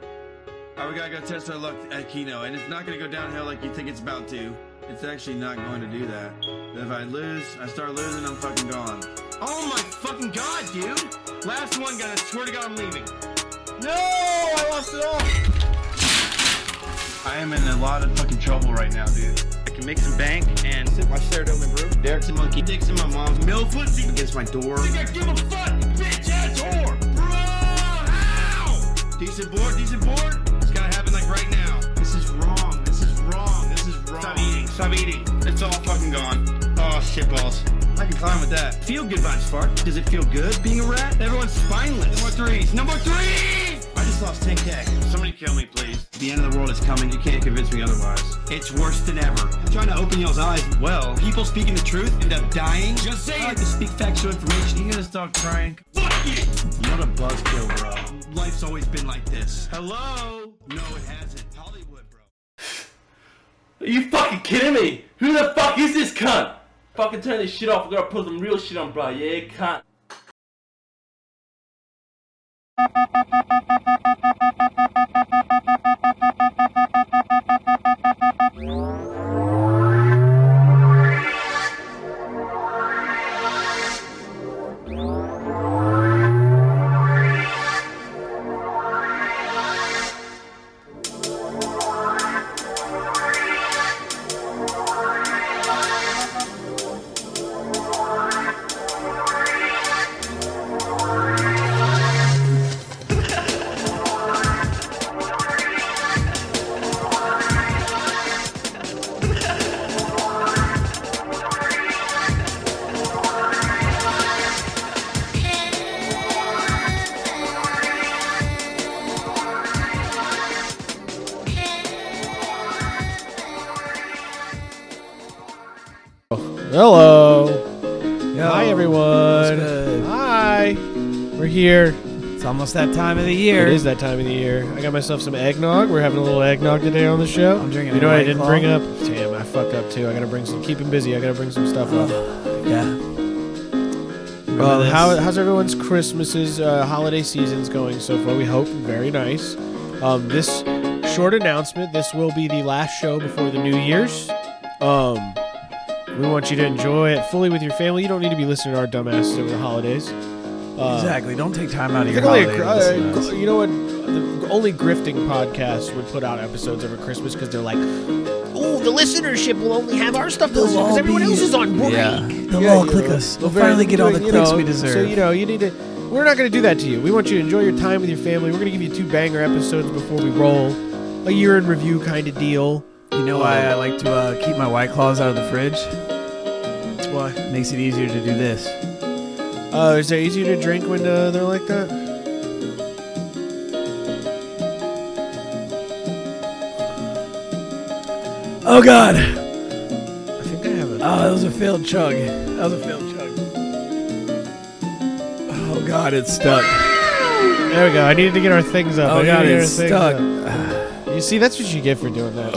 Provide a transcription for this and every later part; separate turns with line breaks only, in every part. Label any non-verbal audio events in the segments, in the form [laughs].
All right, we gotta go test our luck at Keno, and it's not gonna go downhill like you think it's about to. It's actually not going to do that. But if I lose, I start losing, I'm fucking gone. Oh my fucking god, dude! Last one, guys. I swear to god, I'm leaving. No! I lost it all! I am in a lot of fucking trouble right now, dude.
I can make some bank and
Sip my Ceradomin brew.
Derek's a monkey, dicks in my mom's milf pussy
Against my door.
think I give a fuck, bitch ass whore, bro? How? Decent board, decent board. It's gotta happen like right now. This is wrong. This is wrong. This is wrong.
stop eating, stop eating. It's all fucking gone. Oh shit balls.
I can climb with that.
Feel good vibes, Fart. Does it feel good being a rat? Everyone's spineless.
Number threes. Number threes. I just lost 10k.
Somebody kill me, please.
The end of the world is coming. You can't convince me otherwise.
It's worse than ever. I'm trying to open y'all's eyes. Well, people speaking the truth end up dying. Just say
I like
it.
to speak factual information. You gonna stop crying?
Fuck you.
You're a buzzkill, bro.
Life's always been like this.
Hello.
No, it hasn't. Hollywood, bro.
Are you fucking kidding me? Who the fuck is this cunt? Fucking turn this shit off. We're gonna put some real shit on, bro. Yeah, cunt.
Hello.
Hi,
Hi,
It's
everyone.
good.
Hi. We're here.
It's almost that time of the year.
It is that time of the year. I got myself some eggnog. We're having a little eggnog today on the show.
I'm drinking
You know
a
what I
White
didn't
Claw.
bring up? Damn, I fuck up too. I gotta bring some. Keep him busy. I gotta bring some stuff up.
Yeah.
Um,
Well,
how, how's everyone's Christmases, uh, holiday seasons going so far? We hope very nice. Um, this short announcement. This will be the last show before the New Year's. Um, we want you to enjoy it fully with your family. You don't need to be listening to our dumbasses over the holidays. Uh,
exactly. Don't take time out of
I
your
think only a gr-
holiday. to listen
uh,
to us.
gr- you know what? The only grifting podcasts would put out episodes over Christmas because they're like, "Oh, the listenership will only have our stuff to listen
all
because everyone
be-
else is on break."
Yeah. They'll
Yeah,
all
you
click
know,
us. We'll
very-
finally get all the
you
clicks
know,
we deserve.
So you know, you need to. We're not going to do that to you. We want you to enjoy your time with your family. We're going to give you two banger episodes before we roll, a year in review kind of deal.
you know why I like to uh, keep my white claws out of the fridge?
Why?
makes it easier to do this.
Oh, is it easier to drink when uh, they're like that?
Oh God!
I think I have a.
Oh, that was a failed chug. That was a failed chug. Oh God, it's stuck.
There we go. I needed to get our things up.
Oh,
I needed
God,
to get
it's
our things
stuck.
up. You see, that's what you get for doing that.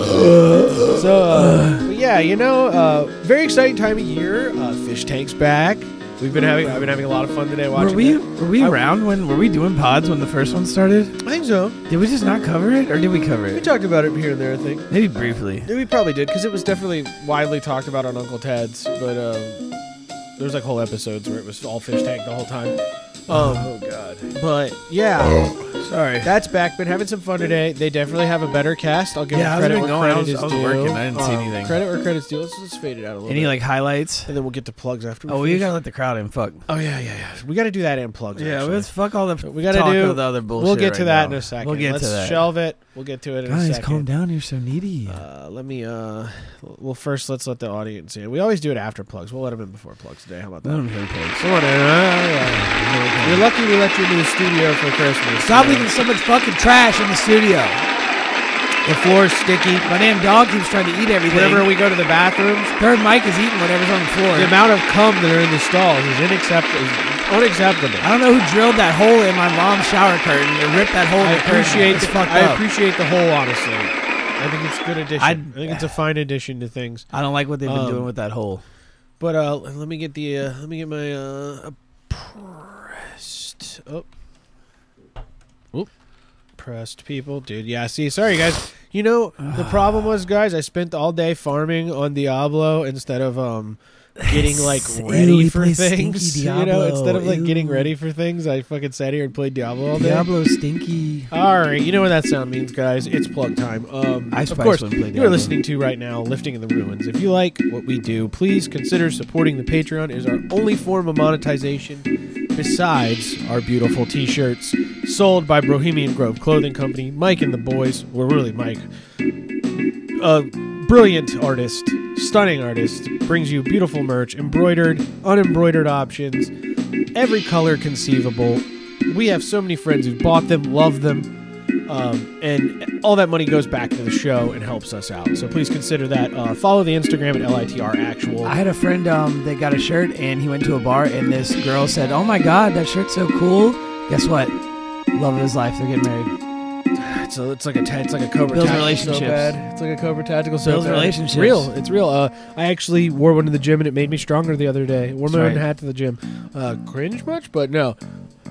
so, uh, but yeah, you know, uh, very exciting time of year. Uh, fish tanks back. We've been having I've been having a lot of fun today
Were
watching.
we
that.
were we
I-
around when were we doing pods when the first one started?
I think so.
Did we just not cover it, or did we cover
We
it?
talked about it here and there. I think.
Maybe briefly.
Yeah, we probably did because it was definitely widely talked about on Uncle Ted's. But um, there was like whole episodes where it was all fish tank the whole time. Um,
God.
but yeah.
Sorry.
That's back. Been having some fun today. They definitely have a better cast. I'll give
Yeah,
them
how's it
credit
been
where
going? I
credit
was-
is
I was
due. Um,
working. I didn't see anything.
Credit where credit's due. Let's just fade it out a little
Any
bit.
like highlights?
and then we'll get to plugs after.
Oh, well, you
we
gotta
got.
let the crowd in. Fuck.
Oh yeah, yeah, yeah. We got to do that and plugs.
Yeah,
actually.
let's fuck all the.
we got to
talk
do
of the other bullshit.
We'll get to
right
that
now.
in a second.
We'll get
let's
to that.
shelve it. We'll get to it in a
Guys,
second.
calm down. You're so needy.
Uh, let me. uh Well, first let's let the audience in. We always do it after plugs. We'll let them in before plugs today. How about that?
Let 'em hear plugs.
Mm. Come on in. Ah, yeah. You're lucky we let you into the studio for Christmas.
Stop
so-
leaving so much fucking trash in the studio.
The floor's sticky.
My damn dog keeps trying to eat everything.
Whenever we go to the bathrooms,
Third Mike is eating whatever's on the floor.
The amount of cum that are in the stalls is, inaccept- is unacceptable.
I don't know who drilled that hole in my mom's shower curtain and ripped that hole.
I
in the curtain.
appreciate
It's
the,
fucked
I
up.
appreciate the whole honestly. I think it's a good addition. i
I'd-
think it's a fine addition to things.
I don't like what they've
Um,
been doing with that hole.
But uh, let me get the uh, let me get my uh, pressed. Oh. Oop. crust people, dude. Yeah, see, sorry guys. You know the problem was, guys, I spent all day farming on Diablo instead of um
[laughs]
getting like
Ew,
ready
he
for
plays
things. [laughs]
stinky
You know, instead of like
Diablo,
getting
ew.
ready for things, I fucking sat here and played Diablo all day.
Diablo stinky.
All right, you know what that sound means, guys. It's plug time. Um,
I
of
spice
course,
when played
you're
Diablo.
listening to right now, Lifting in the Ruins. If you like what we do, please consider supporting the Patreon. It is our only form of monetization besides our beautiful T-shirts sold by Bohemian Grove Clothing Company. Mike and the boys, well, really Mike, a brilliant artist, stunning artist, brings you beautiful merch, embroidered, unembroidered options, every color conceivable. We have so many friends who bought them, love them, um, and all that money goes back to the show and helps us out. So please consider that. Uh, follow the Instagram at litr actual.
I had a friend um, that got a shirt and he went to a bar and this girl said, "Oh my god, that shirt's so cool." Guess what? Love of his life. They're getting married.
So it's like a ta- it's like a Cobra
Builds
Tactical
relationships.
so bad. It's like a Cobra Tactical so
Builds
bad.
relationships.
Real, it's real. Uh, I actually wore one to the gym and it made me stronger the other day. Wore my
That's
own
right.
hat to the gym. Uh, cringe much, but no.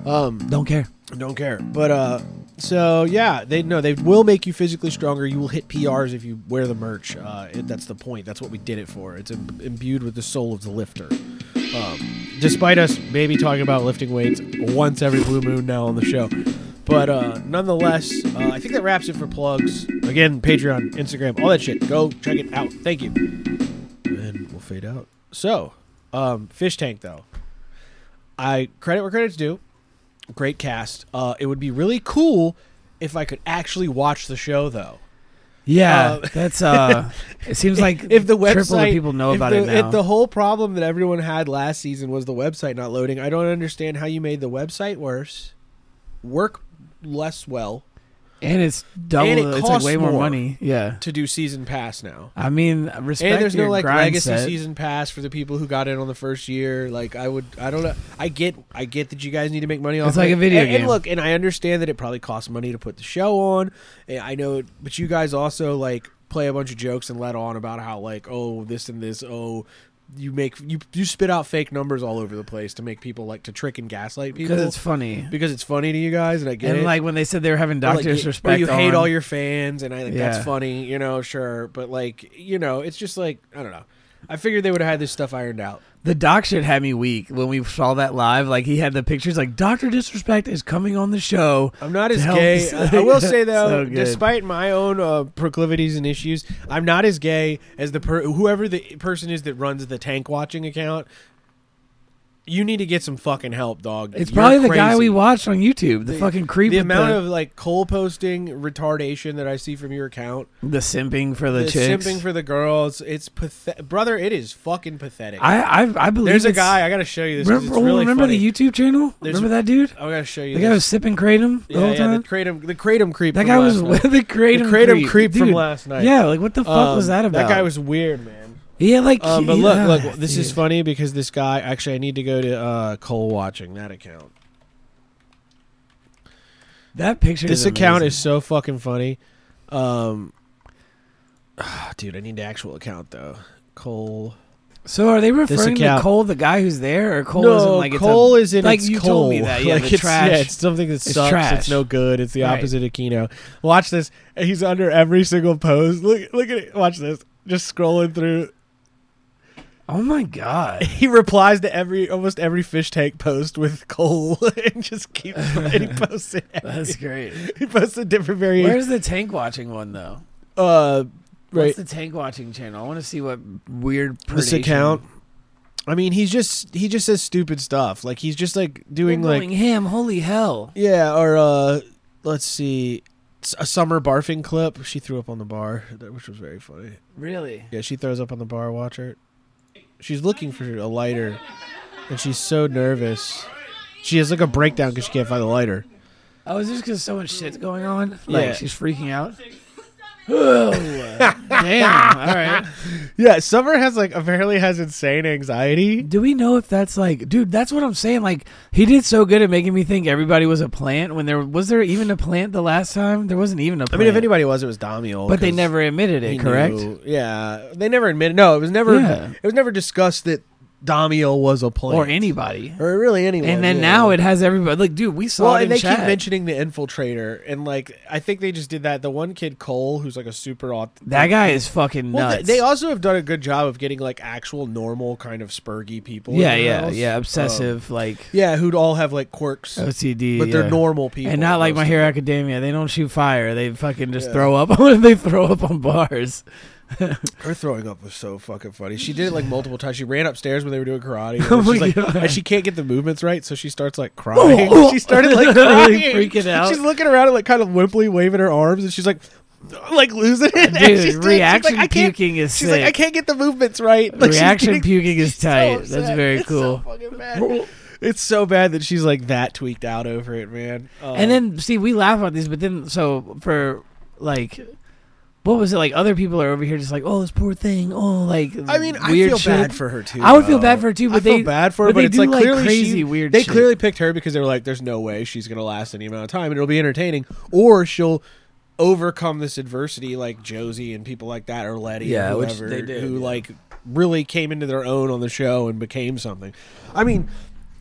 Um,
Don't care.
don't care. But uh, so yeah, they no, they will make you physically stronger. You will hit PRs if you wear the merch. Uh, it, that's the point. That's what we did it for. It's Im- imbued with the soul of the lifter. Um, despite us maybe talking about lifting weights once every blue moon now on the show. But uh, nonetheless, uh, I think that wraps it for plugs. Again, Patreon, Instagram, all that shit. Go check it out. Thank you. And we'll fade out. So, um, Fish Tank, though. I credit where credit's due great cast. Uh, it would be really cool if I could actually watch the show, though.
Yeah,
Uh,
that's uh. it
[laughs]
seems like
If the
triple
website,
the people know
if
about
the,
it now.
If the whole problem that everyone had last season was the website not loading, I don't understand how you made the website worse, work less well
and it's double.
and it
it's like
costs
way more,
more.
money. Yeah.
to do season pass now.
I mean, respect
and there's
your
no like
grind
legacy
set.
season pass for the people who got in on the first year. Like I would, I don't know. I get, I get that you guys need to make money off.
like
it.
a video
and, and
game.
look, and I understand that it probably costs money to put the show on. And I know, it, but you guys also like play a bunch of jokes and let on about how like oh this and this oh you make you you spit out fake numbers all over the place to make people like to trick and gaslight people
because it's funny.
because it's funny to you guys and I get
And
it
like when they said they were having
or, like,
doctors
you-
respect,
Or you hate
on-
all your fans, and I like
Yeah.
that's funny, you know, sure, but like you know, it's just like I don't know. I figured they would have had this stuff ironed out.
The doc shit had me weak when we saw that live. Like he had the pictures. Like Doctor Disrespect is coming on the show.
I'm not as
to help
gay.
us."
[laughs] I I will say
[laughs] So
though,
good.
despite my own uh, proclivities and issues, I'm not as gay as the per- whoever the person is that runs the tank watching account. You need to get some fucking help, dog.
it's
You're
probably the guy
crazy.
we watched on YouTube. The, fucking creep.
The
with
amount
the,
of like coal posting retardation that I see from your account,
the simping for the,
the,
chicks.
simping for the girls, it's pathetic, brother. It is fucking pathetic.
I I, I believe
There's a
it's-
guy. I gotta show you this. 'cause
Remember,
it's really
remember
funny.
the YouTube channel?
There's-
remember that dude?
I gotta show you.
The guy
this.
was sipping kratom the
yeah,
whole
yeah,
time.
the kratom, the kratom creep.
that
from
guy was [laughs]
last
with
night.
the kratom,
The kratom
creep,
creep from
dude.
last night.
Yeah, like what the fuck was
Um,
that about?
That guy was weird, man.
yeah, like.
Um, but
he- ah,
look, look, this is
dude.
funny because this guy. Actually, I need to go to uh, Cole watching that account.
That picture.
This account is so fucking funny. Um, [sighs] dude, I need the actual account though. Cole.
So are they referring to
account-
Cole, the guy who's there, or Cole
no,
isn't like
Cole
it's a,
is in
like
its
you
Cole.
told me that yeah,
like
the
it's,
trash.
yeah, it's something that sucks.
trash.
It's no good. It's the
Right.
opposite of Kino. Watch this. He's under every single pose. Look, look at it. Watch this. Just scrolling through. [laughs]
oh my god.
He replies to every almost every fish tank post with Cole, [laughs] and just keeps and he posts it. [laughs]
That's great.
He posts a different variation.
Where's the tank watching one though?
Uh, right.
What's the tank watching channel? I want to see what weird
This
predation-
account. I mean, he's just he just says stupid stuff. Like he's just like doing
We're
like
going him. Holy hell!
Yeah, or uh let's see s- a summer barfing clip she threw up on the bar, that- which was very funny.
Really?
Yeah, she throws up on the bar, watch her. She's looking for a lighter and she's so nervous. She has like a breakdown cuz she can't find the lighter.
Oh, is this because so much shit's going on? Like
Yeah.
she's freaking out.
[laughs]
Oh, damn! All right.
Yeah, Summer has like apparently has insane anxiety.
Do we know if that's like, dude? That's what I'm saying. Like, he did so good at making me think everybody was a plant. When there was there even a plant the last time? There wasn't even a
I
plant.
mean, if anybody was, it was Damiel.
but they
'cause
never admitted
he
it. Correct.
knew. Yeah, they never admitted. No, it was never.
Yeah.
It was never discussed that Damio was a plant
or anybody.
or really anyone.
And then
yeah.
now it has everybody. Like, dude, we saw
Well,
it in
and they
chat.
keep mentioning the infiltrator, and like I think they just did that. The one kid Cole, who's like a super auth-
that guy is fucking
Well,
nuts.
th- they also have done a good job of getting like actual normal kind of spurgy people. in
yeah,
their
yeah,
house.
yeah.
Um,
Obsessive, like
yeah, who'd all have like quirks,
OCD.
but they're
yeah.
normal people,
And not like My
mostly.
Hero Academia. They don't shoot fire. They fucking just
Yeah.
throw up. [laughs] What if they throw up on bars?
Her throwing up was so fucking funny. She did it like multiple times. She ran upstairs when they were doing
[laughs]
karate. And,
Oh
she's
my
like-
God.
and she can't get the movements right, so she starts
[laughs]
like crying.
Oh, oh.
she started
[laughs]
like
Really
crying.
freaking out.
She's looking around and like kind of wimply waving her arms, and she's like, [laughs] like losing it. [laughs] [laughs] And
Dude,
she's doing- she's
reaction
like, I can't-
puking is
She's
sick.
like, I can't get the movements right. [laughs] Like, she's
Reaction
getting-
puking is
she's [laughs] so
tight. That's
upset.
very
It's so
cool.
fucking bad. It's so bad that she's like that tweaked out over it, man. Um,
and then see, we laugh about these, but then so for like. What was it like? Other people are over here just like, oh, this poor thing. Oh, like
I mean, I
weird
feel
shit.
bad for her too.
I would feel
though.
bad for her too, but
I
they
feel bad for her,
but
but
they
it's
do
like
like
clearly
crazy
she-
weird
They
shit.
clearly picked her because they were like, "There's no way she's gonna last any amount of time, and it'll be entertaining, or she'll overcome this adversity like Josie and people like that, or Letty,
Yeah,
or
which
whoever,
they did,
who
yeah.
like really came into their own on the show and became something. I mean,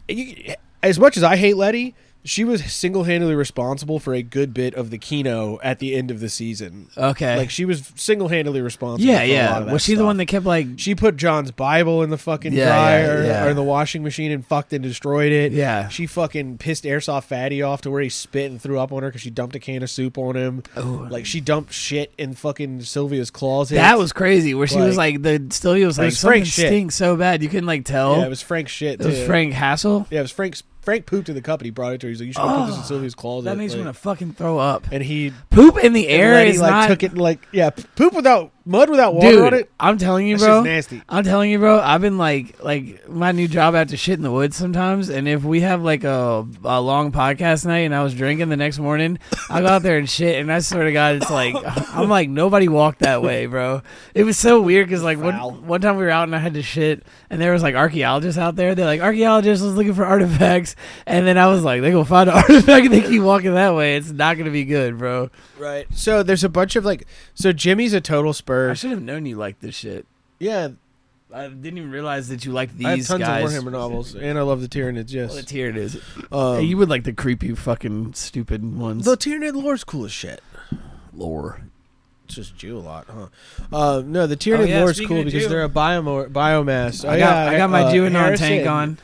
you, as much as I hate Letty. She was single-handedly responsible for a good bit of the Kino at the end of the season.
okay.
Like she was single-handedly responsible.
yeah,
for A lot
yeah.
of that
Was she the
stuff.
one that kept like?
She put John's Bible in the fucking
Yeah, yeah,
dryer
yeah.
or in the washing machine and fucked and destroyed it.
Yeah.
She fucking pissed Airsoft Fatty off to where he spit and threw up on her because she dumped a can of soup on him.
Oh.
Like she dumped shit in fucking Sylvia's closet.
That was crazy. Where she was
like-
like the Sylvia was like
was
something
Frank's shit.
stinks so bad you couldn't like tell.
Yeah, it was Frank's shit.
It was
too.
Frank Hassel.
Yeah, it was Frank's. Frank pooped in the cup and he brought it to her. He's like, you should put this in Sylvia's closet.
That makes me
like-
want to fucking throw up.
And he
Poop in the air
Letty,
is
like
not.
took it and like yeah, poop without mud without water on
Dude,
it.
I'm telling you,
That shit's
bro.
nasty.
I'm telling you, bro. I've been like, like my new job. I have to shit in the woods sometimes. And if we have like a, a long podcast night, and I was drinking the next morning, I go out there and shit. And I swear to God,
[laughs]
it's like I'm like nobody walked that way, bro. It was so weird because like
Foul.
one one time we were out and I had to shit, and there was like archaeologists out there. They're like archaeologists was looking for artifacts, and then I was like, they gonna find an [laughs] artifact. and They keep walking that way. It's not gonna be good, bro.
Right. So there's a bunch of like. So Jimmy's a total
I
spur.
should have known you liked this shit.
Yeah,
I didn't even realize that you liked these
I have tons
guys.
of Warhammer
[laughs]
novels, and I love the Tyranids. Yes,
Well, the Tyranid is.
Um,
Hey, you would like the creepy, fucking, stupid ones.
the Tyranid lore is cool as shit.
lore.
It's just Jew a lot, huh? Uh, no, the Tyranid
Oh, yeah,
lore is
speaking
cool
of
because
Jew.
they're a biomor- biomass. Oh,
I got,
yeah,
I got my
uh,
Juanon
Harrison,
tank on.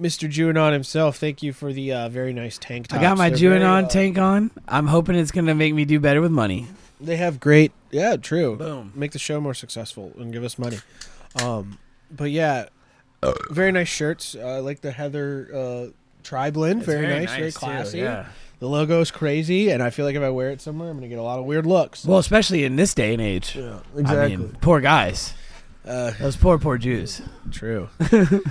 Mr. Juanon himself. Thank you for the uh, very nice tank
I
tops.
got my
They're very,
Juanon
uh,
tank on. I'm hoping it's gonna make me do better with money.
They have great. Yeah, true.
Boom.
Make the show more successful and give us money. Um, but yeah, very nice shirts. Uh, I like the Heather uh, tri blend. Very, nice, very classy. The logo's crazy, and I feel like if I wear it somewhere, I'm gonna get a lot of weird looks.
Well, especially in this day and age.
yeah,
I mean, poor guys.
uh,
Those poor, poor Jews.
true.
And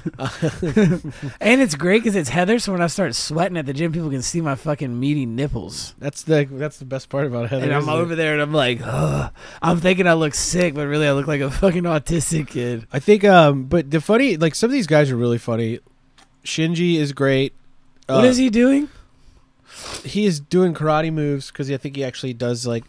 it's great because it's Heather, so when I start sweating at the gym, people can see my fucking meaty nipples.
That's the that's the best part about Heather.
And I'm
isn't
over
it?
there and I'm like, Ugh. I'm thinking I look sick, but really I look like a [laughs] fucking autistic kid.
I think, um, but the funny, like some of these guys are really funny. Shinji is great.
what is he doing?
he? He is doing karate moves because I think he actually does like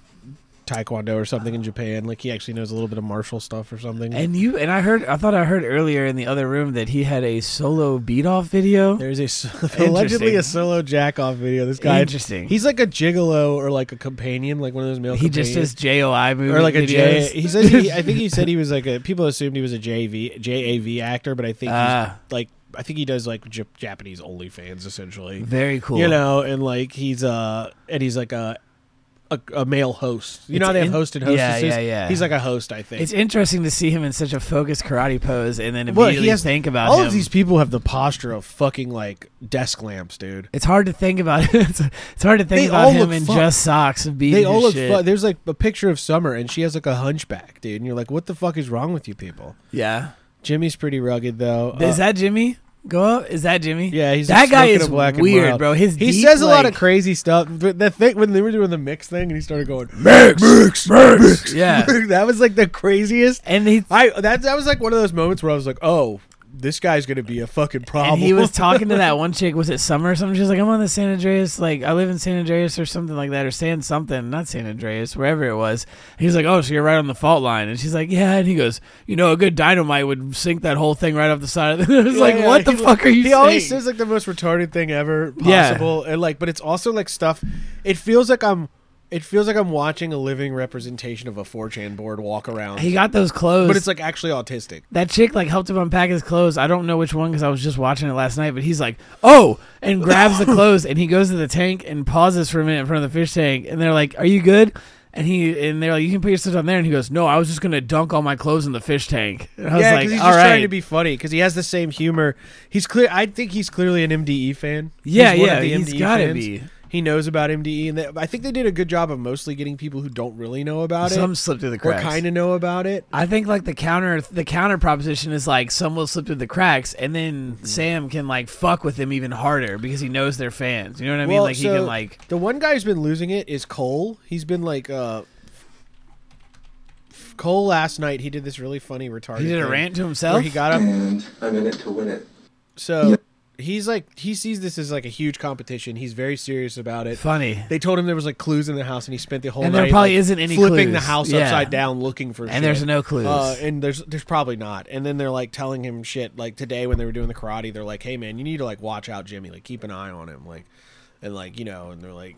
taekwondo or something in Japan. Like he actually knows a little bit of martial stuff or something.
And you and I heard I thought I heard earlier in the other room that he had a solo beat off video.
There's a s- [laughs] allegedly a solo jack off video. This guy,
Interesting.
he's like a gigolo or like a companion, like one of those male.
he just
companions.
does JOI movie
or like a
videos.
J. He said he, I
[laughs]
think he said he was like a. People assumed he was a JV JAV actor, but I think
Ah.
he's like I think he does like J- Japanese OnlyFans essentially.
Very cool.
You know, and like he's uh and he's like a a, a male host. You
It's
know how they have
in-
host and
Yeah, yeah,
hostesses.
yeah.
He's like a host, I think.
it's interesting to see him in such a focused karate pose and then
Well,
immediately
he has-
think about
all
him.
of these people have the posture of fucking like desk lamps, dude.
it's hard to think about [laughs] it's, it's hard to think
They
about
all
him
look
in
fucked.
just socks and beating
They all
his
look.
shit.
Fu- there's like a picture of Summer, and she has like a hunchback, dude. And you're like, what the fuck is wrong with you people?
yeah.
Jimmy's pretty rugged though. Uh,
is that Jimmy? Go up. Is that Jimmy?
Yeah, he's
that
a
guy
smoking
is
a black and
weird,
mild.
bro. His
he
deep,
says a lot of
like-
crazy stuff. But the thing when they were doing the mix thing, and he started going,
Yeah,
[laughs] that was like the craziest.
and he
I that that was like one of those moments where I was like, oh, this guy's gonna be a fucking problem.
And
[laughs]
he was talking to that one chick. Was it summer or something? She was like, "I'm on the San Andreas. Like, I live in San Andreas or something like that, or San something, not San Andreas, wherever it was." He's like, "Oh, so you're right on the fault line?" And she's like, "Yeah." And he goes, "You know, a good dynamite would sink that whole thing right off the side of the." [laughs] I was
Yeah,
like,
yeah,
"What the
he-
fuck are you?"
He always
saying?"
says like the most retarded thing ever
Yeah.
possible, and like, but it's also like stuff. It feels like I'm. It feels like I'm watching a living representation of a 4chan board walk around.
He got those clothes,
but it's like actually autistic.
that chick like helped him unpack his clothes. I don't know which one because I was just watching it last night. But he's like, "Oh!" and
[laughs]
grabs the clothes and he goes to the tank and pauses for a minute in front of the fish tank. And they're like, "Are you good?" And he and they're like, "You can put your stuff down there." And he goes, "No, I was just gonna dunk all my clothes in the fish tank." And I was
yeah,
like,
he's
"All
just
right."
trying to be funny because he has the same humor. He's clear. I think he's clearly an MDE fan.
Yeah,
he's one of
yeah,
the
he's
MDE
gotta
fans.
be.
He knows about MDE, and they, I think they did a good job of mostly getting people who don't really know about
Some
it
slipped through the
or
cracks.
kind of know about it.
I think like the counter the counter proposition is like some will slip through the cracks and then
Mm-hmm.
Sam can like fuck with them even harder because he knows they're fans. You know what I mean?
Well,
Like
so
he can like
the one guy who's been losing it is Cole. He's been like uh Cole last night. He did this really funny retarded.
he did a
thing
rant to
where
himself.
he got up.
and I'm in it to win it.
So he's like he sees this as like a huge competition. He's very serious about it.
Funny.
They told him there was like clues in the house, and he spent the whole
And
night
there probably
like,
isn't any
flipping the
clues.
house
Yeah.
upside down looking for.
And there's
shit.
no clues.
Uh, and there's there's probably not. And then they're like telling him shit. Like today when they were doing the karate, they're like, "Hey man, you need to like watch out, Jimmy. Like keep an eye on him. Like, and like you know, and they're like,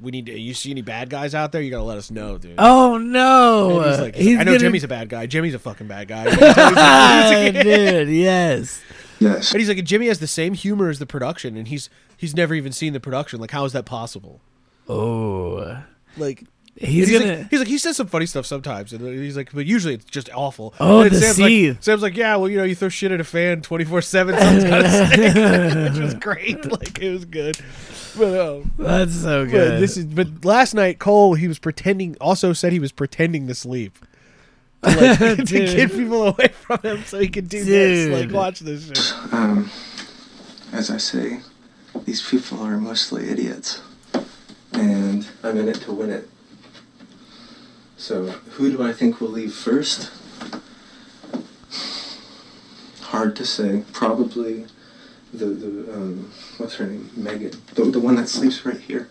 we need to. You see any bad guys out there? You gotta let us know, dude.
Oh no!
And he's like,
He's
I know
gonna-
Jimmy's [laughs] a bad guy. Jimmy's a fucking bad
[laughs]
guy. And he's like-
dude. Yes.
Yes.
and he's like, Jimmy has the same humor as the production, and he's he's never even seen the production. Like, how is that possible?
Oh,
Like,
he's
And
gonna.
like, [laughs] he's like he says some funny stuff sometimes, and he's like, but usually it's just awful.
Oh,
and then
the
Sam's
seed.
Like, Sam's like, yeah, well, you know, you throw shit at a fan twenty four seven, something's gotta [laughs] stick, which was great. [laughs] Like it was good, but um,
that's so
but
good.
this is. But last night, Cole he was pretending. Also said he was pretending to sleep. To,
[laughs]
like, [laughs] to get people away from him so he could do this. Like,
Dude.
watch this shit. [laughs]
Um, as I say, these people are mostly idiots, and I'm in it to win it. So, who do I think will leave first? Hard to say. Probably the the um, what's her name, Megan, the, the one that sleeps right here.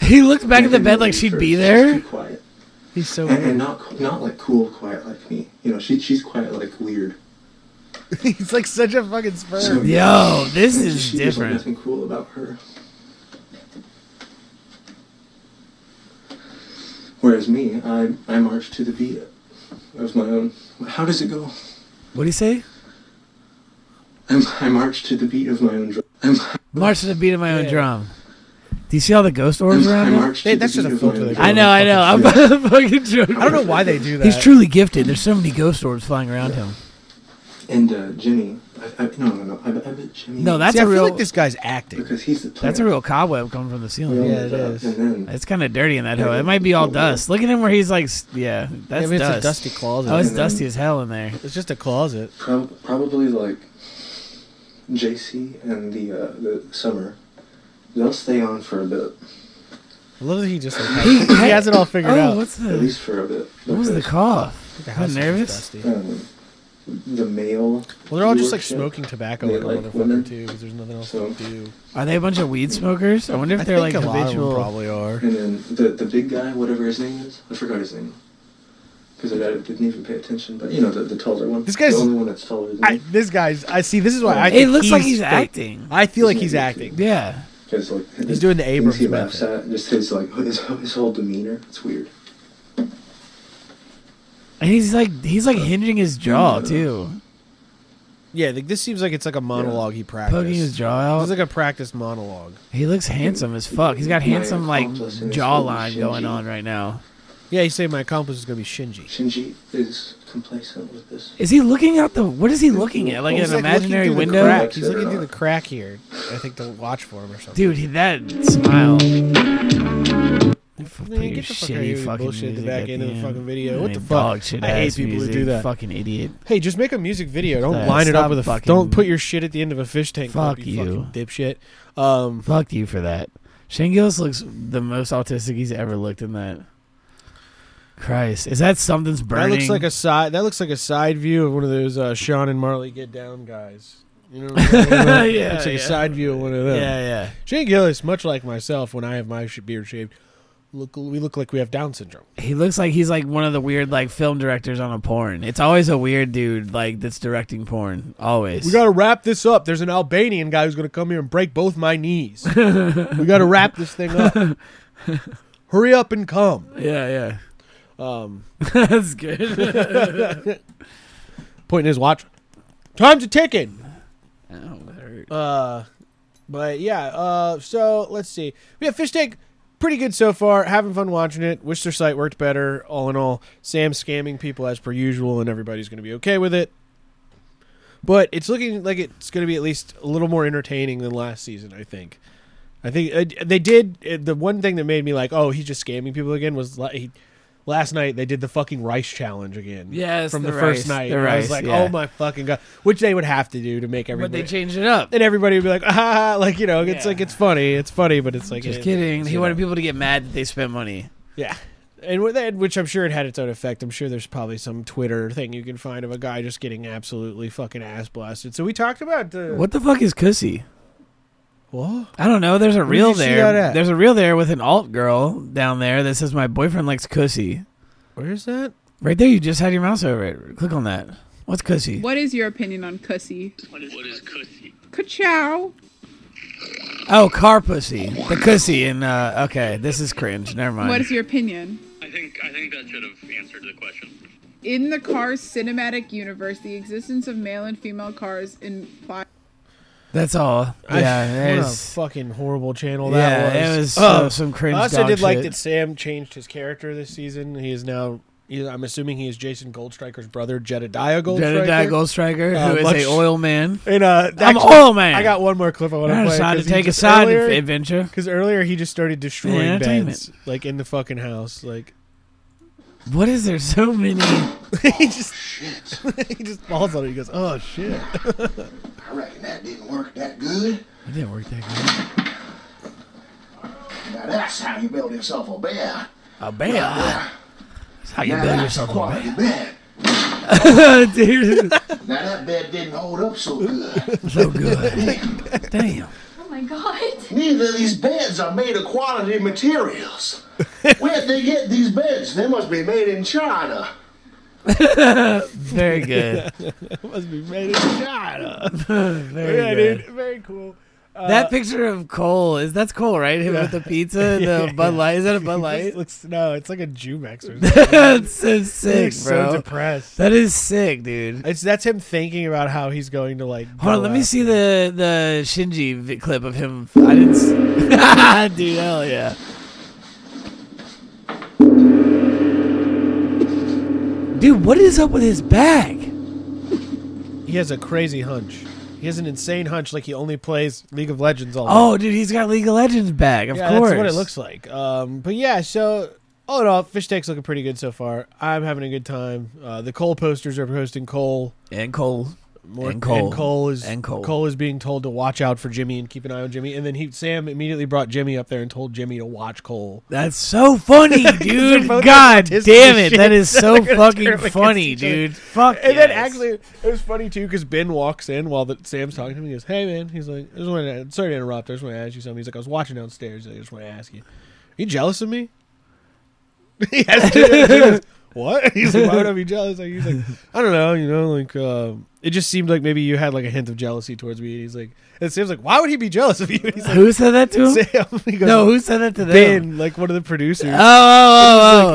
he looked back at the
Megan
bed
will
like
leave
she'd
first.
be
She's
there.
too quiet.
He's so
And, and
weird.
not co- not like cool quiet like me. You know, she she's quiet like weird.
he's like such a fucking
So-
sperm.
Yo, this is
She- there's, like,
different.
nothing cool about her. Whereas me, I I march to the beat of my own. How does it go?
What do you say?
I'm, I march to the beat of my own drum. I'm,
March to the beat of my own drum. Do you see all the ghost orbs
I'm, I
around him?
march
Hey,
to
that's
the
just a
beat of my
filter
own
they
drum.
I know, I know.
[laughs]
I'm [laughs] fucking joking.
I don't know why they do that.
He's truly gifted. There's so many ghost orbs flying around him.
And uh, Jimmy, I, I, no, no, no. I, I bet Jimmy.
No, that's
See, I
a
feel
real.
like this guy's acting.
because he's the player.
that's a real cobweb coming from the ceiling.
Yeah, it is.
And then
It's kind of dirty in that hole. It might be all dust. Look at him where he's like, s- yeah, that's
Maybe
dust.
it's a dusty closet.
Oh, it's dusty as hell in there.
it's just a closet.
prob- probably like JC and the uh, the summer. They'll stay on for a bit,
I love that he just like, he, has it all figured
oh,
out.
what's
at
the
least for a bit.
what was the
because,
cough?
The
Got
house is just
nervous.
dusty.
um, the male.
Well, they're all just like
viewership.
smoking tobacco
They
like a
like
motherfucker
women.
too, because there's nothing else
So-
to do.
Are they a bunch of weed smokers? I wonder if
I
they're
think
like
a lot of them
habitual.
probably are.
And then the the big guy, whatever his name is, I forgot his name. Because I didn't even pay attention, but you know the, the taller one.
This guy's-
the only one that's taller than
I,
me.
this guy's. I see. This is why I.
It
think
looks like he's
fake.
acting.
I feel like
He's
he's
maybe
acting.
Yeah,
Because like
He's doing the Abrams
he laughs
method.
at just his like [laughs] his, his whole demeanor. It's weird.
and he's like he's like hinging his jaw too,
Yeah, like, this seems like it's like a monologue he practiced.
poking
This
his jaw
is
out.
like a practice monologue.
He looks handsome as fuck. He's got
Yeah,
handsome like
accomplice in his
jawline
little
going
Shinji.
on right now.
Yeah, he's saying my accomplice is gonna be Shinji.
Shinji is complacent with this.
Is he looking out the? What is he looking at? Like
He's
an
like, looking
imaginary
through the
window?
crack. He's looking through the crack here. I think to watch for him or something.
Dude, he- that smile.
Man, get the fuck out of here with bullshit at the back end of the fucking video. What the fuck?
Dog shit
I hate
ass
people who
music,
do that.
Fucking idiot.
Hey, just make a music video. Don't
Yeah,
line it up
stop
with a. Fucking,
fucking-
don't put your shit at the end of a fish tank.
Fuck
clip,
you.
fucking dipshit. Um,
Fuck you for that. Shane Gillis looks the most autistic he's ever looked in that. Christ, is that something's burning?
That looks like a side. That looks like a side view of one of those uh, Sean and Marley get down guys. You know, what I'm
[laughs]
talking about?
Yeah,
looks like
yeah.
a side view of one of them.
yeah, yeah.
Shane Gillis, much like myself, when I have my sh- beard shaved, look we look like we have Down syndrome.
He looks like he's like one of the weird like film directors on a porn. It's always a weird dude like that's directing porn. Always.
We got to wrap this up. There's an Albanian guy who's going to come here and break both my knees. we got to wrap this thing up. Hurry up and come.
yeah, [laughs]
Um,
yeah. that's
[laughs]
good.
pointing his watch. Time's a ticking.
oh, that hurt.
Uh, but yeah. Uh, so let's see. We have fish tank. Pretty good so far. Having fun watching it. Wish their site worked better. All in all, Sam's scamming people as per usual, and everybody's going to be okay with it. But it's looking like it's going to be at least a little more entertaining than last season. I think. I think uh, they did uh, the one thing that made me like, oh, he's just scamming people again. Was la- he, last night they did the fucking rice challenge again.
Yes,
from the,
the
first
rice,
night.
the
And I was
rice,
like,
yeah.
oh my fucking god, which they would have to do to make everybody
But they changed it up.
and everybody would be like, ah, like you know, it's
Yeah.
like it's funny, it's funny, but it's like
Just
it-
kidding.
it's,
He
you
wanted
know,
people to get mad that they spent money.
yeah, and with that, which I'm sure it had its own effect. I'm sure there's probably some Twitter thing you can find of a guy just getting absolutely fucking ass blasted. So we talked about uh,
What the fuck is Cussy?
What?
I don't know. There's a
did
reel
you see that
there.
at?
There's a reel there with an alt girl down there that says, "My boyfriend likes Cussy."
Where's that?
Right there, you just had your mouse over it. Click on that. What's Cussy?
What is your opinion on cussy? What is, what is cussy? Ka-chow.
Oh, car pussy. The cussy and uh okay, this is cringe. Never mind.
What is your opinion?
I think I think that should have answered the question.
In the Cars cinematic universe, the existence of male and female cars implies.
That's all. Yeah,
what a
there's
fucking horrible channel that
yeah,
was.
it was
Oh.
uh, some cringe.
I also
dog
did like
shit.
that Sam changed his character this season. He is now. he- I'm assuming he is Jason Goldstriker's brother, Jedediah Goldstriker.
Jedediah Goldstriker,
Uh,
who is
much-
a oil man.
And uh,
I'm
actually,
oil man.
I got one more clip I want to
I
play.
decided
'cause
to
he
take a
just
side
earlier-
adventure.
Because earlier he just started destroying
Entertainment.
beds, like in the fucking house. Like [laughs]
What is there? So many. Oh,
he just [laughs] he just falls on it. He goes, "Oh shit!"
I reckon that didn't work that good.
It didn't work that good.
Now that's how you build yourself a bed.
A bear. That's how you
Now
build
that's a
yourself a
quality bed.
[laughs]
bear, dude.
Now that bed didn't hold up so
[laughs]
good.
so good. Damn.
Oh my god.
Neither of these beds are made of quality materials. Where'd they get these beds? They must be made in China.
Very good.
Must be made in China.
Very
yeah,
good.
dude, Uh, very cool.
That picture of Cole is that's Cole, right? Him with the pizza,
[laughs]
and the Bud Light. Is that a Bud Light?
This looks no, it's like a Jumex
[laughs]
or something.
that's so
He
sick,
looks
bro.
so depressed.
that is sick, dude.
It's that's him thinking about how he's going to like.
Hold on,
go
let me
out.
see the the Shinji vi- clip of him. I didn't. s- [laughs] dude, hell yeah. Dude, what is up with his back?
He has a crazy hunch. He has an insane hunch, like he only plays League of Legends all. night.
Oh, dude, he's got League of Legends back. Of
yeah,
course,
that's what it looks like. Um, but yeah, so all in all, fish tank's looking pretty good so far. I'm having a good time. Uh, the Cole posters are posting Cole.
And Cole,
More,
And Cole.
is
And Cole.
is being told to watch out for Jimmy and keep an eye on Jimmy. And then he Sam immediately brought Jimmy up there and told Jimmy to watch Cole.
that's so
[laughs]
funny, dude.
both
God
autistic
damn
as
it,
shit,
that is
so [laughs]
so
they're gonna tear
fucking
up against
funny,
each other.
dude. Fuck.
And then
yes.
actually, it was funny too because Ben walks in while the, Sam's talking to him. He goes, "Hey man," he's like, "I just wanted to, sorry to interrupt. I just want to ask you something." He's like, "I was watching downstairs. I just want to ask you, are you jealous of me?" [laughs] he asked him, he goes, "What?" [laughs] He's like, "Why would I be jealous?" Like, he's like, "I don't know. You know, like um, it just seemed like maybe you had like a hint of jealousy towards me." And he's like, "And Sam's like, why would he be jealous of you?" [laughs] And he's like,
who said that to him?
"Sam." [laughs] He goes,
No, who said that to them?
Ben, like one of the producers.
Oh, oh,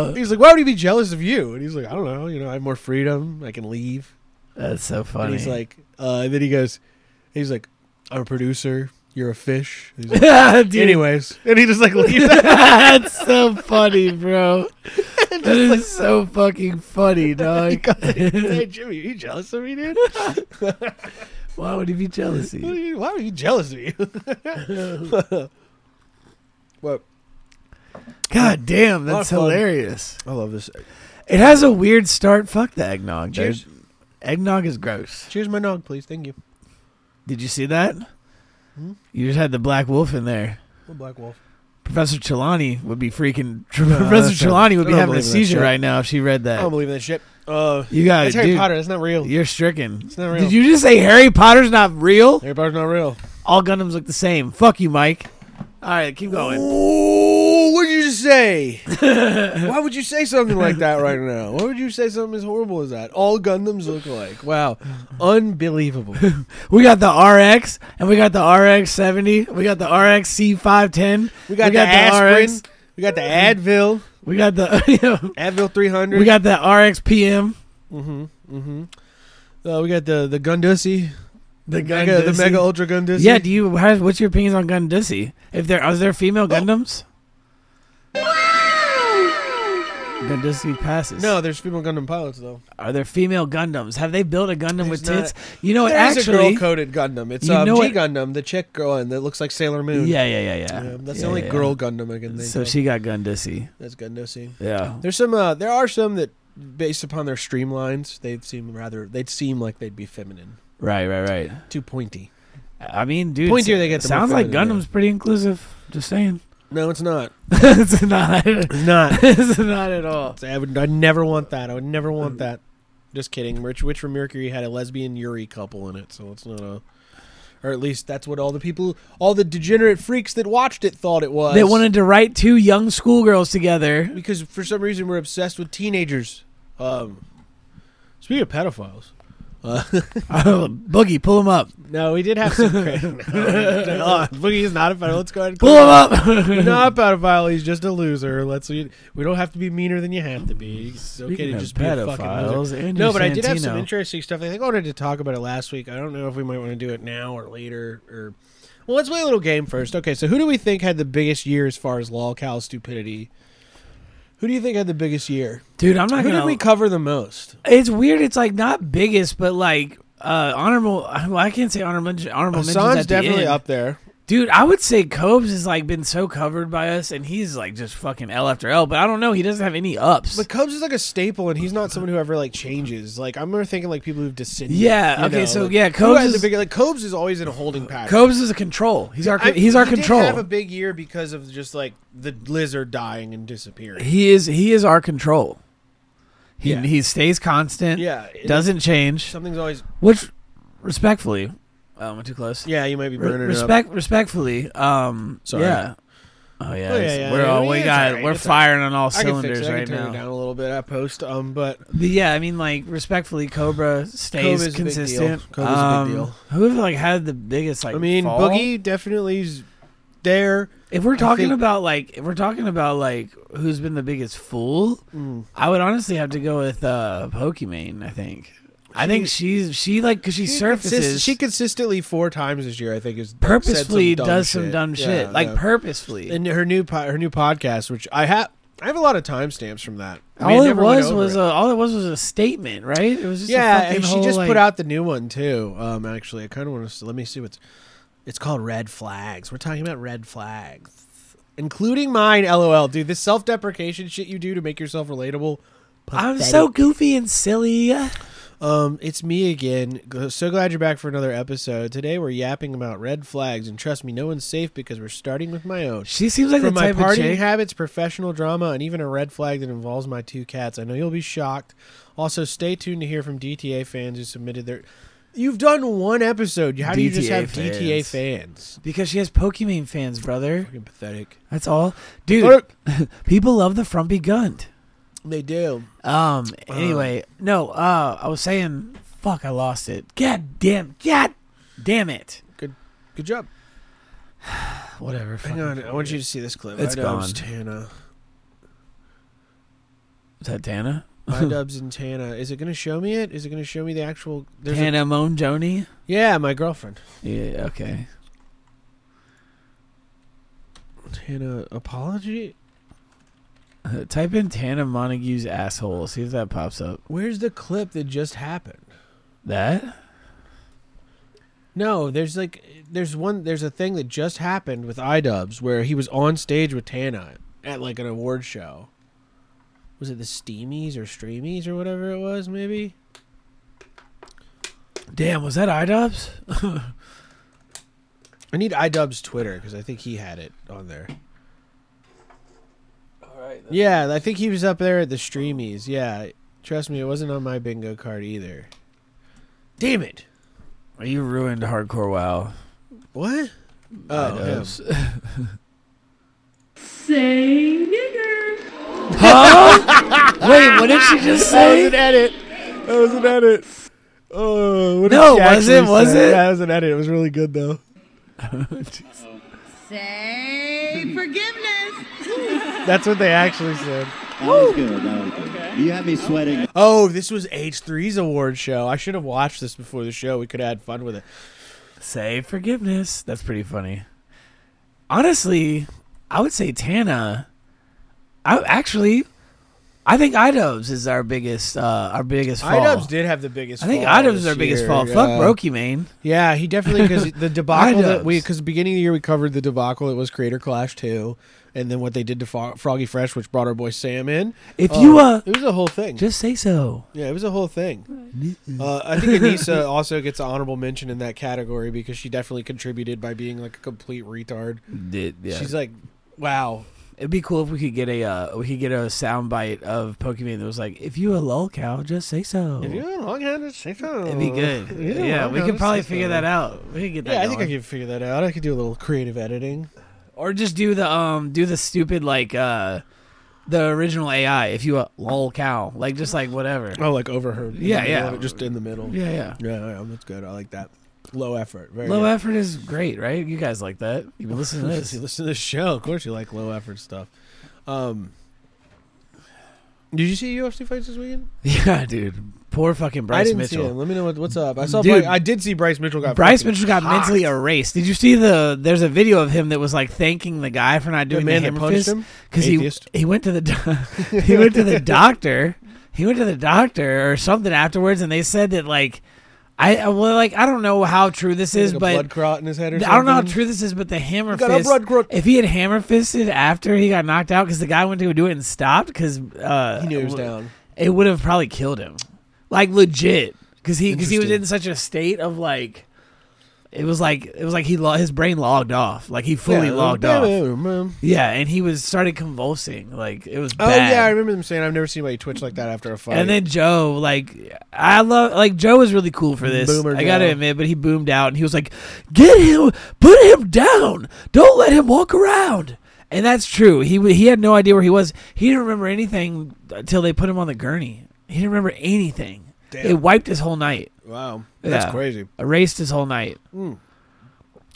oh, oh.
[laughs] He's like, why would he be jealous of you? And he's like, I don't know. You know, I have more freedom. I can leave.
That's so funny.
And he's like, uh, and then he goes, he's like, I'm a producer. You're a fish. And [laughs] he's like,
[laughs] Dude,
Anyways, and he just like leaves. [laughs]
[laughs] that's so funny, bro. That is so
[laughs]
fucking funny, dog.
hey Jimmy, are you jealous of me, dude?
[laughs] Why would he
Why
be
are
jealousy?
you- why are you jealous of [laughs] you? but
God damn, that's
fun.
hilarious.
I love this.
It has a weird start. Fuck the eggnog, dude.
Cheers,
Eggnog is gross.
cheers, my nog, please. Thank you. Hmm?
Did you see that? You just had the black wolf in there.
Black Wolf.
Professor Trelawney would be freaking. [laughs] Professor
that's true.
Trelawney would be
I don't
having a
believe that
seizure
shit.
right now if she read that.
I don't believe in that shit. Uh,
You got
that's
it,
Harry
dude.
Potter. That's not real.
You're stricken. It's
not real.
Did you just say Harry Potter's not real?
Harry Potter's not real.
All Gundams look the same. Fuck you, Mike. All right, keep going. [laughs]
Oh, what did you just [laughs] say? Why would you say something like that right now? Why would you say something as horrible as that? All Gundams look alike. Wow, unbelievable.
We got the RX, and we got the RX seventy. We got the RX C five ten.
We got, the, aspirin. We got the Advil.
[laughs] We got the [laughs]
Advil 300.
we got the RX PM.
uh, we got the the Gundussy.
The
Mega- the
Gundussi.
Mega Ultra Gundussy.
Yeah, do you? How, what's your opinions on Gundussi? If there are there
Oh.
female Gundams? Gundussi passes.
No, there's female Gundam pilots though.
are there female Gundams? Have they built a Gundam with
There's
tits? you know, what,
There's a
Oh, actually,
girl coded Gundam. It's
You
um,
know
G
what-
Gundam, the chick girl, and that looks like Sailor Moon.
yeah, yeah, yeah, yeah.
Yeah, that's
Yeah,
the only
yeah, yeah.
girl Gundam I can think
So
of.
she got Gundussi.
that's Gundussy.
Yeah.
There's some. Uh, there are some that, based upon their streamlines, they seem rather. They'd seem like they'd be feminine,
Right, right, right.
too pointy.
I mean, dude,
Pointier
s-
they get, the more
sounds like
feminine they
Gundam's pretty inclusive. Just saying, [laughs]
No, it's not.
it's not. [laughs]
It's not.
it's not at all.
I would. I never want that. I would never want that. Just kidding. Rich Witch from Mercury had a lesbian Yuri couple in it, so it's not a. Or at least that's what all the people, all the degenerate freaks that watched it thought it was.
They wanted to write two young schoolgirls together.
because for some reason we're obsessed with teenagers. Um, speaking of pedophiles,
Oh, [laughs] Boogie, pull him up.
no, we did have
[laughs]
some. cra- [laughs] no, no, Boogie is not a pedophile. Let's go ahead. And
Pull
clear
him
that
up. [laughs]
You're not a pedophile. He's just a loser. Let's we, we don't have to be meaner than you have to be. It's okay to
of
just be a fucking
pedophiles,
loser.
Andy
No, but I did have some
Santino.
interesting stuff. I think I wanted to talk about it last week. I don't know if we might want to do it now or later or. Well, let's play a little game first. Okay, so who do we think had the biggest year as far as lolcow stupidity? Who do you think had the biggest year?
Dude, I'm not
Who
gonna.
did we cover the most?
it's weird. It's like not biggest, but like uh honorable. [laughs] Well, I can't say honorable mention- honorable mentions
Uh, Hassan's
at the
definitely
end.
up there.
Dude, I would say Cobes has like been so covered by us, and he's like just fucking L after L. But I don't know. He doesn't have any ups.
But Cubs is like a staple, and he's not someone who ever like changes. Like I remember thinking like people who've descended.
Yeah,
you
okay,
know,
so,
like,
yeah,
who
Cobes
has the
is-
big- like Cobes is always in a holding pattern.
Cobes is a control. He's our
I-
he's our
he
control.
Did have a big year because of just like the lizard dying and disappearing.
he is he is our control. He
Yeah.
he stays constant.
Yeah, it-
doesn't change.
Something's always.
Which respectfully, oh, am I too close?
Yeah, you might be
Re-
burning it up.
respect respectfully. Um,
Sorry.
Yeah. Oh yeah,
Oh, yeah,
it's-
yeah,
we're
yeah,
all,
yeah,
we
it's
got
alright,
we're
it's alright.
firing on all
I can fix
cylinders
it. I can
right
turn it
now.
down a little bit at post. Um, but
But yeah, I mean like respectfully, Cobra stays
Cobra's a big deal.
consistent. Um,
Cobra's a big deal.
Who have like had the biggest like?
I mean,
fall?
Boogie definitely is there.
If we're talking
think-
about like, if we're talking about like who's been the biggest fool,
Mm.
I would honestly have to go with uh Pokimane. I think. I think she's she like because she,
She
surfaces.
consist- she consistently four times this year. I think is said some
purposefully
dumb
does some dumb
Yeah,
shit, like
yeah.
purposefully.
and her new po- her new podcast, which I have I have a lot of timestamps from that. I mean,
all
I
it
never went
was
over
was
it.
a, all it was was a statement, right? It was just a
yeah,
fucking
and she
whole,
just
like-
put out the new one too. Um, actually, I kind of want to let me see what's it's called. Red flags. We're talking about red flags, including mine. LOL, dude. This self deprecation shit you do to make yourself relatable.
I'm
pathetic.
so goofy and silly.
Um, it's me again. G- So glad you're back for another episode. Today we're yapping about red flags, and trust me, no one's safe because we're starting with my own.
She seems like
From
the
my
type of
partying
chick.
habits, professional drama, and even a red flag that involves my two cats. I know you'll be shocked. Also, stay tuned to hear from DTA fans who submitted their. You've done one episode. How do you just
DTA
have DTA fans?
because she has Pokemon fans, brother.
Fucking pathetic.
That's all, dude. [laughs] people love the frumpy gunt.
They do.
Um. Anyway, no. Uh, I was saying, fuck, I lost it. God damn. God damn it.
Good. Good job.
Whatever.
Hang
fucking-
on. I want you to see this clip.
It's
Idubs,
gone.
[laughs] Tana.
Is that Tana?
Idubs and Tana. Is it going to show me it? Is it going to show me the actual? There's a-
Tana Moan Joni.
yeah, my girlfriend.
Yeah. Okay.
Tana apology.
Uh, type in Tana Montague's asshole. See if that pops up.
Where's the clip that just happened?
That.
No, there's like there's one there's a thing that just happened with iDubbbz where he was on stage with Tana at like an award show. Was it the Steamies or Streamies or whatever it was? Maybe.
Damn. Was that Idubs?
I need iDubbbz Twitter because I think he had it on there.
that.
Yeah, I think he was up there at the streamies. Yeah, trust me, it wasn't on my bingo card either. Damn it!
[laughs] You ruined hardcore WoW.
What? Oh, him.
Say nigger.
Wait, what did she just
that was
say?
an edit. That was an edit. Oh, what did
No,
she
was it?
actually
Was
say?
it?
Yeah, it was an edit. It was really good though.
Say forgiveness.
That's what they actually said.
That was good. That was good. You had me sweating.
Oh, this was H3's award show. I should have watched this before the show. We could have had fun with it.
[laughs] Say forgiveness. That's pretty funny. Honestly, I would say Tana. I actually, I think Idubs is our biggest, uh, our biggest fall.
Idubs did have the biggest.
I think
fall
Idubs is
this
our biggest
year.
fall. Fuck
Yeah.
Brokey, man.
Yeah, he definitely because [laughs] the debacle that we
Idubbbz.
because beginning of the year we covered the debacle that was Creator Clash two, and then what they did to Fro- Froggy Fresh, which brought our boy Sam in.
If
Um,
you uh,
it was a whole thing.
just say so.
yeah, it was a whole thing. Uh, I think Anissa [laughs] also gets an honorable mention in that category because she definitely contributed by being like a complete retard.
Did yeah.
She's like, wow,
It'd be cool if we could get a uh, we could get a soundbite of Pokemon that was like, if you a lol cow, just say so.
If you're long handed, say so.
It'd be good.
If [laughs] you're
Oh, yeah, we could
long-handed,
probably
say
figure
so.
that out. We could get that.
Yeah, I think I
going.
could figure that out. I could do a little creative editing.
Or just do the um do the stupid like uh the original AI. If you a lol cow, like just like whatever.
Oh, like over her. in the
Yeah,
middle of
yeah.
it, Just in the middle.
Yeah, yeah.
Yeah, yeah, that's good. I like that. Low effort. Very
Low
good.
effort is great, right? You guys like that? You've been [laughs] listening to
[laughs] You
this.
listen to this show. Of course, you like low effort stuff. Um, did you see UFC fights this weekend?
Yeah, dude. Poor fucking Bryce
I didn't see
Mitchell.
them. Let me know what, what's up. I saw.
Dude.
Bryce, I did see Bryce Mitchell got.
Bryce
fucking
Mitchell got
hot.
mentally erased. Did you see the? There's a video of him that was like thanking the guy for not
The
doing the,
man that
hammer
punched
fist.
him.
because he
Atheist.
he went to
[laughs]
the do- he went to the doctor. He went to the doctor or something afterwards, and they said that like I I- well like I don't know how true this is,
Like a
but
blood clot in his head or something.
I don't know how true this is, but the hammer
got a
fist.
blood clot.
If he had hammer fisted after he got knocked out, because the guy went to do it and stopped, because uh,
He knew he was
it w-
down.
It would have probably killed him, like legit, because he because he was
Interesting.
in such a state of like. It was like it was like he lo- his brain logged off, like he fully
Yeah,
logged
yeah,
off.
yeah, man.
Yeah, and he was started convulsing. Like it was
Oh
bad.
yeah, I remember them saying I've never seen anybody twitch like that after a fight.
and then Joe, like I love, like Joe was really cool for this.
Boomer
I gotta
Joe.
admit, but he boomed out and he was like, "Get him, put him down. Don't let him walk around." And that's true. He w- he had no idea where he was. He didn't remember anything until they put him on the gurney. He didn't remember anything.
Damn.
It wiped his whole night.
wow, that's
Yeah.
crazy.
Erased his whole night.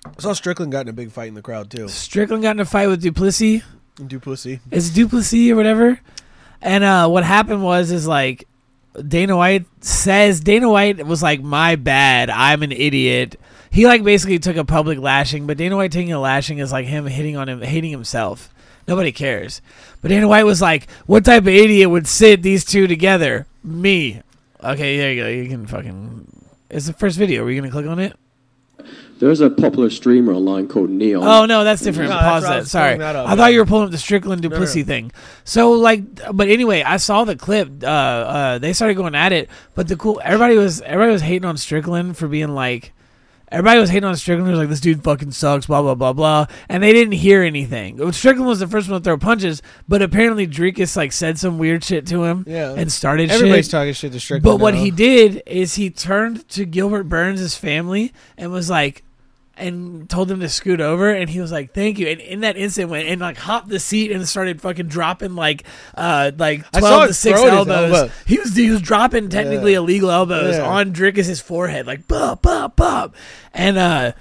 I saw Strickland got in a big fight in the crowd too.
Strickland got in a fight with Duplessis.
Do pussy.
it's Duplessis or whatever. And uh, what happened was is like Dana White says Dana White was like, "My bad, I'm an idiot." He like basically took a public lashing, but Dana White taking a lashing is like him hitting on him, hating himself. Nobody cares. But Dana White was like, "What type of idiot would sit these two together? Me." Okay, there you go. You can fucking. It's the first video. Are we gonna click on it?
There's a popular streamer online called Neon.
Oh no, that's different.
No, that's
Pause
what I
that.
was
Sorry,
pulling that up,
I thought
yeah.
you were pulling up the Strickland Duplessis thing. So like, but anyway, I saw the clip. Uh, uh, they started going at it, but the cool everybody was everybody was hating on Strickland for being like. Everybody was hating on Strickland. They was like, "This dude fucking sucks." Blah blah blah blah, and they didn't hear anything. Strickland was the first one to throw punches, but apparently Drakus like said some weird shit to him,
Yeah.
and started.
Everybody's
shit.
talking shit to Strickland.
But what
now.
he did is he turned to Gilbert Burns' family and was like, and told them to scoot over, and he was like, "Thank you." And in that instant, went and like hopped the seat and started fucking dropping like, uh, like
I saw
twelve
him
to six
throw his
elbows.
elbow.
He was he was dropping technically
Yeah.
illegal elbows
Yeah.
on Drickus' forehead, like bop bop bop, and uh.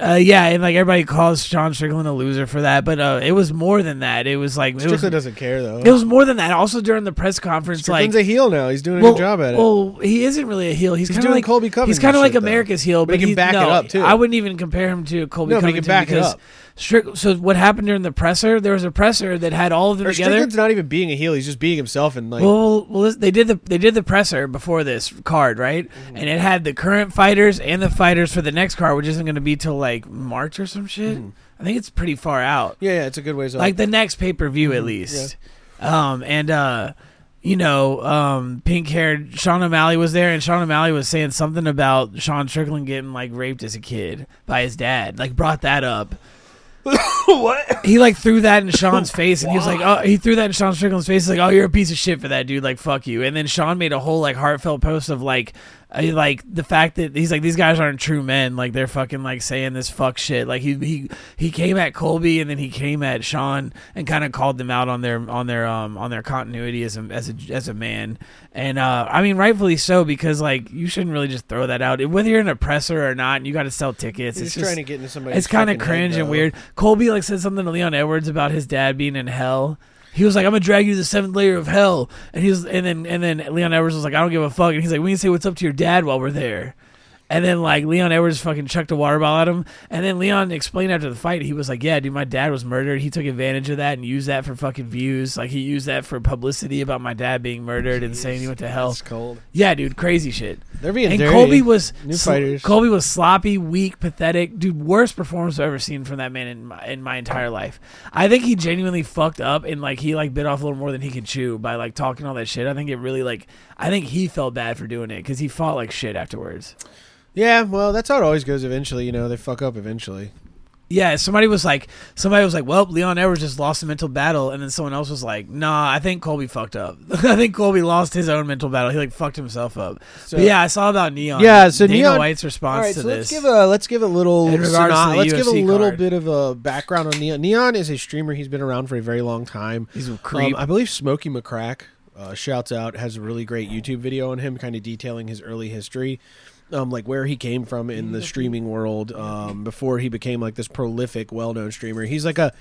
Uh, yeah, and like everybody calls Sean Strickland a loser for that, but uh, it was more than that. It was like it was,
Strickland doesn't care though.
it was more than that. Also during the press conference,
Strickland's
like
a heel now. He's doing a
well,
good job at it.
well, he isn't really a heel. He's,
He's
kind of
doing
like
Colby Covington
He's kind of
shit,
like
though.
America's heel,
But he
but,
can
he's-
back it
no,
up, too.
I wouldn't even compare him to Colby
No, but he can
Covington
back it
because
up.
Strick, so what happened during the presser? There was a presser that had all of them
or
together.
Strickland's not even being a heel. He's just being himself and like.
Well, well, this- they did the they did the presser before this card, right?
Mm-hmm.
And it had the current fighters and the fighters for the next card, which isn't going to be till like March or some shit.
Mm-hmm.
I think it's pretty far out
yeah, yeah, it's a good ways.
like
Like
the next pay per view at least. Um, and uh, you know, um, pink haired Sean O'Malley was there, and Sean O'Malley was saying something about Sean Strickland getting like raped as a kid by his dad. Like brought that up. He like threw that in Sean's face, and he was like, "Oh!" He threw that in Sean Strickland's face, like, "Oh, you're a piece of shit for that, dude. Like, fuck you." And then Sean made a whole like heartfelt post of like, uh, like the fact that he's like, "These guys aren't true men. Like, they're fucking like saying this fuck shit." Like he he he came at Colby, and then he came at Sean, and kind of called them out on their on their um on their continuity as a as a as a man. And uh, I mean, rightfully so, because like you shouldn't really just throw that out, whether you're an oppressor or not. You got to sell tickets.
You're
it's
just trying to get into somebody's
It's kind of
fucking head,
cringe and
though.
weird. Colby like said something to Leon Edwards about his dad being in hell. He was like, "I'm gonna drag you to the seventh layer of hell," and he was, and then and then Leon Edwards was like, "I don't give a fuck," and he's like, "We can say what's up to your dad while we're there." And then like Leon Edwards fucking chucked a water bottle at him, and then Leon explained after the fight, he was like, "Yeah, dude, my dad was murdered. He took advantage of that and used that for fucking views. Like he used that for publicity about my dad being murdered and saying he went to hell."
cold.
Yeah, dude, crazy shit.
They're being
and
dirty.
Colby was
New
sl-
fighters.
Colby was sloppy, weak, pathetic. Dude, worst performance I've ever seen from that man in my, in my entire life. I think he genuinely fucked up and like he like bit off a little more than he could chew by like talking all that shit. I think it really like I think he felt bad for doing it because he fought like shit afterwards.
Yeah, well, that's how it always goes. Eventually, you know, they fuck up eventually.
Yeah, somebody was like, somebody was like, well, Leon Edwards just lost a mental battle, and then someone else was like, nah, I think Colby fucked up. [laughs] I think Colby lost his own mental battle. He like fucked himself up.
So-
but yeah, I saw about Neon.
yeah, so
Uh, Dana
Neon
White's response
All right,
to
so
this.
Let's give a let's give a little
In regards
synop-
to the
let's give a
UFC
little
card.
bit of a background on Neon. Neon is a streamer. He's been around for a very long time.
He's a creep.
Um, I believe Smokey McCrack uh, shouts out has a really great YouTube video on him, kind of detailing his early history. Um, like where he came from in the streaming world um, before he became like this prolific, well-known streamer. He's like a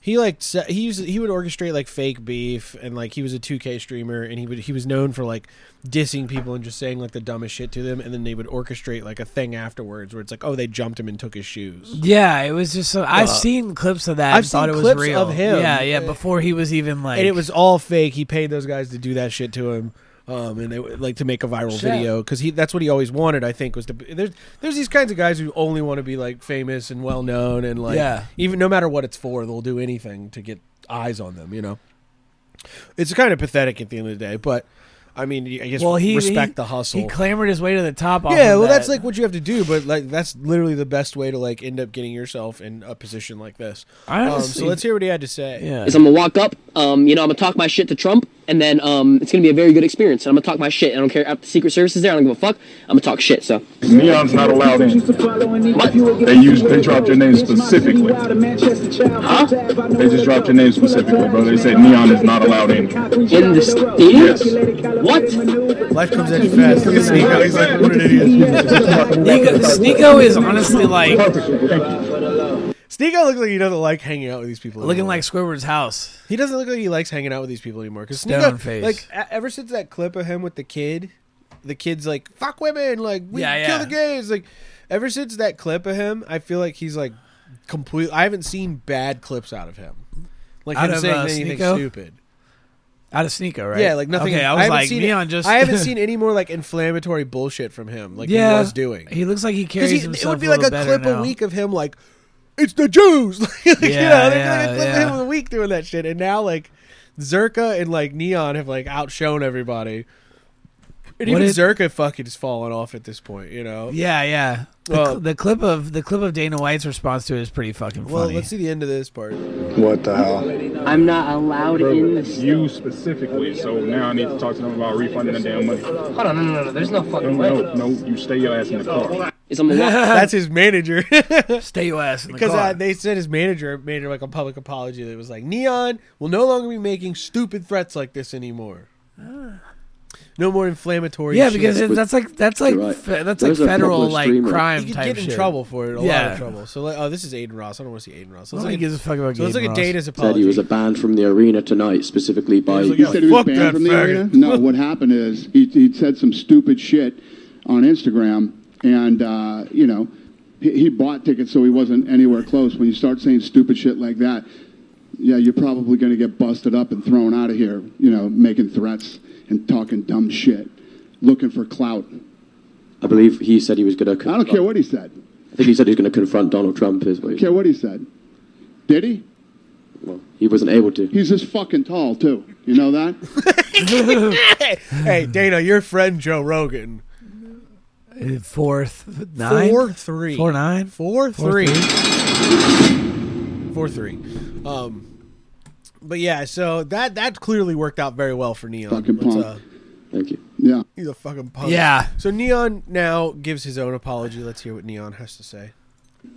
he like se- he used, he would orchestrate like fake beef and like he was a 2K streamer and he would he was known for like dissing people and just saying like the dumbest shit to them and then they would orchestrate like a thing afterwards where it's like oh they jumped him and took his shoes.
yeah, it was just. So, I've
Uh,
seen clips of that.
I've
and
seen
thought it was
clips
real.
of him.
Yeah, yeah. Before he was even like,
and it was all fake. He paid those guys to do that shit to him. Um, and they like to make a viral
Shit.
video because he that's what he always wanted. I think was to be- there's there's these kinds of guys who only want to be like famous and well known and like
Yeah.
even no matter what it's for they'll do anything to get eyes on them. You know, it's kind of pathetic at the end of the day, but I mean I guess
Well, he
respect
he-
the hustle.
He clamored his way to the top. Off
yeah,
of
well,
that.
that's like what you have to do, but like that's literally the best way to like end up getting yourself in a position like this.
I
Um, so
honestly-
let's hear what he had to say.
Yeah.
Is I'm gonna walk up, um, you know, I'm gonna talk my shit to Trump, and then um, it's gonna be a very good experience. And I'm gonna talk my shit. I don't care if the Secret Service is there. I don't give a fuck. I'm gonna talk shit. So
Neon's not allowed in. They used they dropped your name specifically. Huh? They just dropped your name specifically, bro. They said Neon is not allowed in.
in the stadium.
Yes.
Life comes at you fast. Look at Sneeko. He's like, what an [laughs]
Nico,
idiot.
Sneeko is honestly like
Sneeko looks like he doesn't like hanging out with these people.
looking
anymore.
like Squidward's house.
he doesn't look like he likes hanging out with these people anymore. Because
Stone
Sneeko,
face.
like e- ever since that clip of him with the kid, the kid's like, "Fuck women, like we
Yeah,
kill
yeah.
the gays." Like ever since that clip of him, I feel like he's like complete. I haven't seen bad clips out of him, like
Out
him
of,
saying
uh,
anything
Sneeko?
stupid.
Out of Sneeko, right?
Yeah, like nothing.
Okay, I was
haven't
like,
seen,
Neon just.
I
[laughs]
haven't seen any more like inflammatory bullshit from him, like
yeah,
he was doing.
He looks like he
Because
carries
he-
himself.
it would be
a
like
little
a
better
clip
now.
a week of him like, it's the Jews. [laughs] like, you know, there'd be, like,
yeah,
a clip
yeah.
of him a week doing that shit, and now like Zerka and like Neon have like outshone everybody. And
What
even
if-
Zerka fucking is falling off at this point, you know.
Yeah, yeah. The,
Well-
cl- the clip of the clip of Dana White's response to it is pretty fucking funny.
Well, let's see the end of this
[laughs]
part.
What the hell?
I'm not allowed in the stadium.
You specifically. So now I need to talk to them about refunding the damn money. Hold
on, no, no, no, no. There's no fucking way.
No, no, you stay your ass in the car.
Is I'm gonna walk.
That's his manager. [laughs]
Stay your ass in the
Because
car.
uh, they said his manager made like a public apology that was like, Neon will no longer be making stupid threats like this anymore. No more inflammatory.
Ah. yeah,
shit.
because it, that's like that's like
You're right.
fe- that's
There's a
like
couple
federal
of
like
streamers.
crime
you could
type
get in
shit.
trouble for it. A lot
Yeah.
of trouble. So like, oh, this is Aiden Ross. I don't want to see Aiden Ross. Let's look
Nobody
at-
gives a fuck about
So let's look
Aiden
at
Ross.
Dana's
Said he
apology.
was banned from the arena tonight, specifically by.
He was like, "Yeah,
said he was
fuck that
banned from the
faggot."
area? No, what happened is he, he said some stupid shit on Instagram, and uh, you know, he, he bought tickets so he wasn't anywhere close. When you start saying stupid shit like that, yeah, you're probably going to get busted up and thrown out of here. You know, making threats and talking dumb shit, looking for clout.
I believe he said he was gonna.
I don't care what he said.
I think he said he was gonna confront Donald Trump. Is
I
what
don't
he,
care what he said. Did he?
he wasn't able to.
He's just fucking tall too. You know that?
[laughs] hey, Dana, your friend Joe Rogan.
Uh, Fourth nine
Four three.
four nine
Four
Four,
three.
three.
four three. Um, but yeah, so that that clearly worked out very well for Neon.
Fucking
Let's,
punk.
uh,
Thank you. Yeah.
he's a fucking punk.
Yeah.
So Neon now gives his own apology. Let's hear what Neon has to say.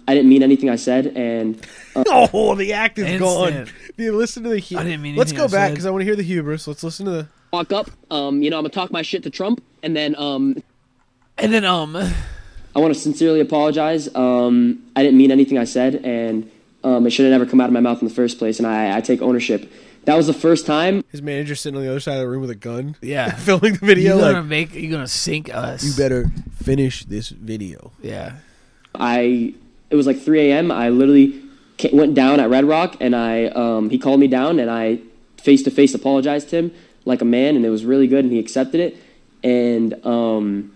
I didn't mean anything I said, and uh,
[laughs] Oh, the act is gone.
Instant.
You listen to the. Hu-
I didn't mean
Let's
anything
go
I
back
said.
because I want to hear the hubris. Let's listen to the.
walk up. Um, you know, I'm gonna talk my shit to Trump, and then um,
and
[laughs]
then um,
I want to sincerely apologize. Um, I didn't mean anything I said, and um, it should have never come out of my mouth in the first place. And I, I take ownership. That was the first time.
His manager sitting on the other side of the room with a gun. [laughs]
Yeah.
filming the video.
You're
like,
gonna make. You're gonna sink us.
You better finish this video.
Yeah.
I it was like 3 a.m. I literally ca- went down at Red Rock, and I um, he called me down, and I face to face apologized to him like a man, and it was really good, and he accepted it. And um,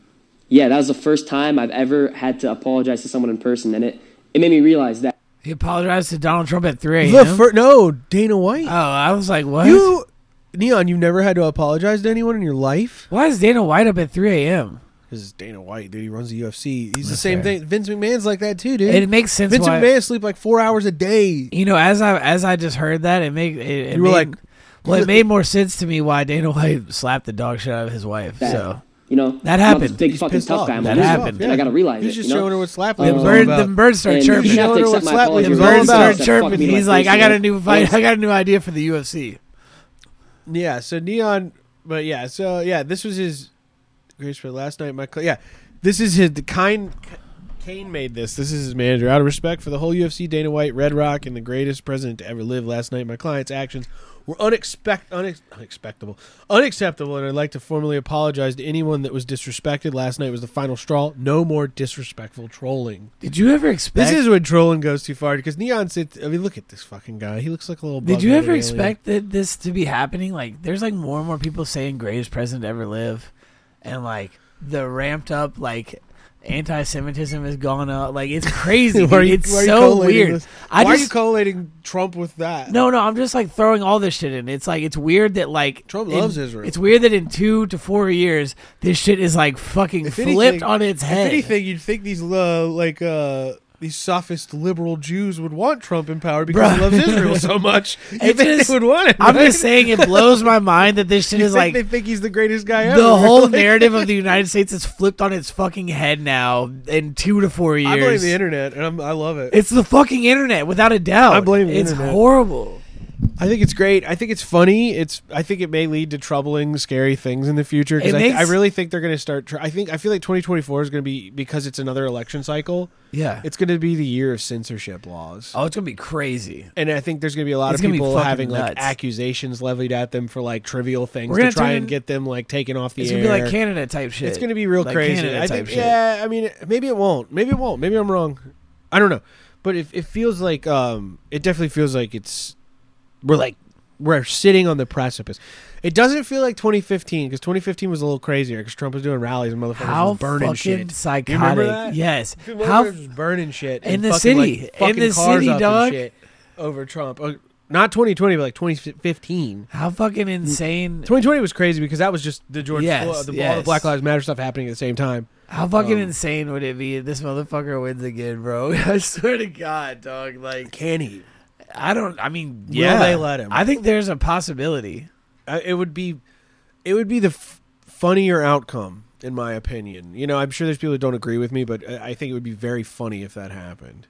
yeah, that was the first time I've ever had to apologize to someone in person, and it it made me realize that.
He apologized to Donald Trump at three.
The
a.m.?
fir- no, Dana
Uh,
White. Oh,
I was like, what?
You, Neon, you've never had to apologize to anyone in your life.
Why is Dana White up at three a.m.?
Because it's Dana White, dude. He runs the UFC. He's the
That's
same
fair.
thing. Vince McMahon's like that too, dude.
It makes sense
Vince
why-
McMahon sleep like four hours a day.
You know, as I as I just heard that, it made it, it
You were
made-
like, [laughs]
well, it made more sense to me why Dana White slapped the dog shit out of his wife.
That,
So
you know
that
I'm not this
happened.
Big fucking tough guy. I'm a
That
loser.
happened.
I gotta realize
He's
it.
just
you know? Um,
showing her what slap
The
was all
bird,
about.
the birds start
And you
chirping.
just have to You know accept what my slap was apology.
The
all
birds
about.
start
That fucked
chirping.
me
He's
like
like, I
this,
got
yeah.
a new fight.
Yes.
I got a new idea for the UFC.
Yeah, so Neon, but yeah, so yeah, this was his grace for last night. My cl- yeah, this is his the kind. Kane made this. This is his manager. Out of respect for the whole UFC, Dana White, Red Rock, and the greatest president to ever live. Last night, my client's actions were unexpect, unex, unexpectable, unacceptable, and I'd like to formally apologize to anyone that was disrespected. Last night was the final straw. No more disrespectful trolling.
Did you ever expect-
This is when trolling goes too far because Neon sits. I mean, look at this fucking guy. He looks like a little.
Did you
bug-headed
ever
alien.
expect that this to be happening? Like, there's like more and more people saying greatest president to ever live, and like the ramped up like anti-Semitism has gone up. Like
[laughs]
it's crazy.
Why are
dude.
you-
it's
why are you
so
collating
weird.
this? Why are you collating Trump with that?
No, no, I'm just like throwing all this shit in. It's like it's weird that like Trump
loves Israel.
It's weird that in two to four years this shit is like fucking
If
flipped
anything-
on its head.
If anything, you'd think these uh, like uh, these sophist liberal Jews would want Trump in power because he
Bruh.
loves Israel so
[laughs]
much. You
It
think they
just-
would want it,
I'm
right?
just saying it blows my mind
[laughs]
that this shit
You
is
think
like
they think he's the greatest guy ever.
the whole
Like, [laughs]
narrative of the United States is flipped on its fucking head now in two to four years.
I blame the internet, and I'm, I love it.
It's the fucking internet, without a doubt.
I blame the
it's
internet.
horrible.
I think it's great. I think it's funny. It's I think it may lead to troubling, scary things in the future.
It
Because I,
makes-
I really think they're going to start. Tr- I think I feel like 2024 is going to be because it's another election cycle.
Yeah.
it's going to be the year of censorship laws.
Oh, it's gonna be crazy.
And I think there's going to be a lot
It's
of
gonna be
people
fucking
having like
nuts.
accusations levied at them for like trivial things
We're
to
gonna
try
turn
and
in-
get them like taken off the
It's
air.
gonna be like Canada type shit.
It's going to be real
Like
crazy.
Canada
I
type
think,
shit.
Yeah, I mean, maybe it won't. Maybe it won't. Maybe I'm wrong. I don't know. But it, it feels like um, it definitely feels like it's we're like we're sitting on the precipice. It doesn't feel like 2015 because 2015 was a little crazier because Trump was doing rallies and motherfuckers
How
were burning
fucking
shit.
psychotic.
You remember that?
Yes.
Dude,
How-
motherfuckers was burning shit
In
and
the
fucking,
city.
like,
In
fucking
the
cars
city,
up and
dog.
shit over Trump. Uh, Not 2020, but like 2015.
How fucking insane!
2020 was crazy because that was just the George
Yes,
Floyd, the, all the
yes.
Black Lives Matter stuff happening at the same time.
How fucking
Um,
insane would it be if this motherfucker wins again, bro? [laughs] I swear to God, dog. Like,
can he?
I don't. I mean,
Yeah.
will they let him? I think there's a possibility.
I- it would be it would be the f- funnier outcome in my opinion you know i'm sure there's people that don't agree with me but uh, i I think it would be very funny if that happened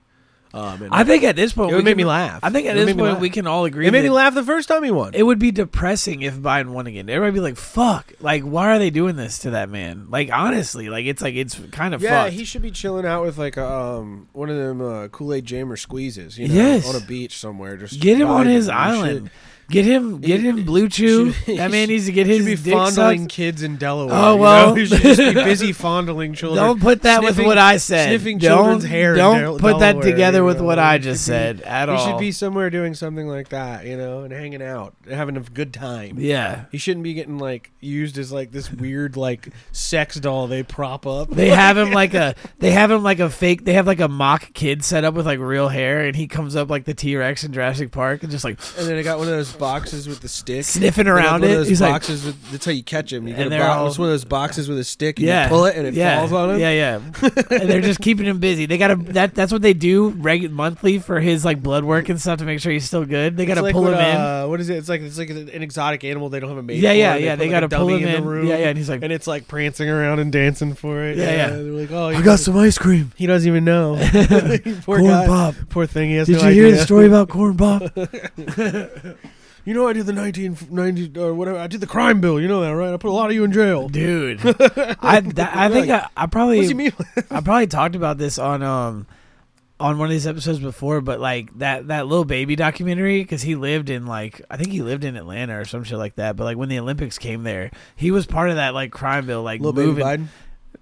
um, and
I think at this point
it
we
would make
can-
me laugh
I think at
It would make
this
me
point
laugh.
we can all agree.
it made
that
me laugh the first time he won
It would be depressing if Biden won again. Everybody would be like, "Fuck! Like, why are they doing this to that man?" Like, honestly, like it's like it's kind of
yeah
fucked.
he should be chilling out with like um one of them uh, kool-aid jammer squeezes you know
Yes.
on a beach somewhere just
get him on
vibing
his
and
island.
shit.
Get him, get
[laughs]
him Blue Chew. That man needs to get his
should be
dick
fondling
sucked.
kids in Delaware.
Oh
you
well,
know? [laughs] He should just be busy fondling children.
Don't put that with
sniffing-
what I said.
Sniffing
Don't-
children's hair. in
don't
Del-
put that
Delaware,
together
you
with
know?
what I
He
just
should be-
said
[laughs]
at
He
all.
should be somewhere doing something like that, you know, and hanging out, and having a good time.
Yeah.
he shouldn't be getting like used as like this weird like sex doll they prop up.
They have him
[laughs]
like a they have him like a fake they have like a mock kid set up with like real hair and he comes up like the T Rex in Jurassic Park and just like
And then I got one of those
boxes with the stick,
Sniffing
You know,
around
one
it.
Of those
He's like-
boxes with, that's how you catch him. You
And
get a
they're
box,
all-
it's one of those boxes with a stick. And
yeah,
you pull it and it
yeah,
falls on him.
[laughs]
Yeah, yeah. and they're just keeping him busy. They got to that. That's what they do reg- monthly for his like blood work and stuff to make sure he's still good. They got
It's
to
like
pull
when,
him in.
uh, what is it? It's like it's like an exotic animal they don't have a mate.
Yeah,
for,
yeah,
and
yeah,
put,
they
like, a
gotta pull
dummy
him
the
in.
room,
Yeah, yeah, and he's like-
and it's like prancing around and dancing for it.
Yeah, yeah.
They're like, oh,
I
you
got some ice cream.
He doesn't even
[laughs]
know. [laughs] poor
Corn
guy.
Pop.
Poor thing. He has
Did
no
you hear
idea.
the
[laughs]
story about Corn Pop?
you know, I did the 1990 or uh, whatever. I did the crime bill. You know that, right? I put a lot of you in jail, [laughs]
dude. I that, I think I, I probably
What's he mean? [laughs]
I probably talked about this on um on one of these episodes before, but like that that little baby documentary because he lived in like I think he lived in Atlanta or some shit like that. But like when the Olympics came there, he was part of that like crime bill, like
Lil Baby
moving.
Biden?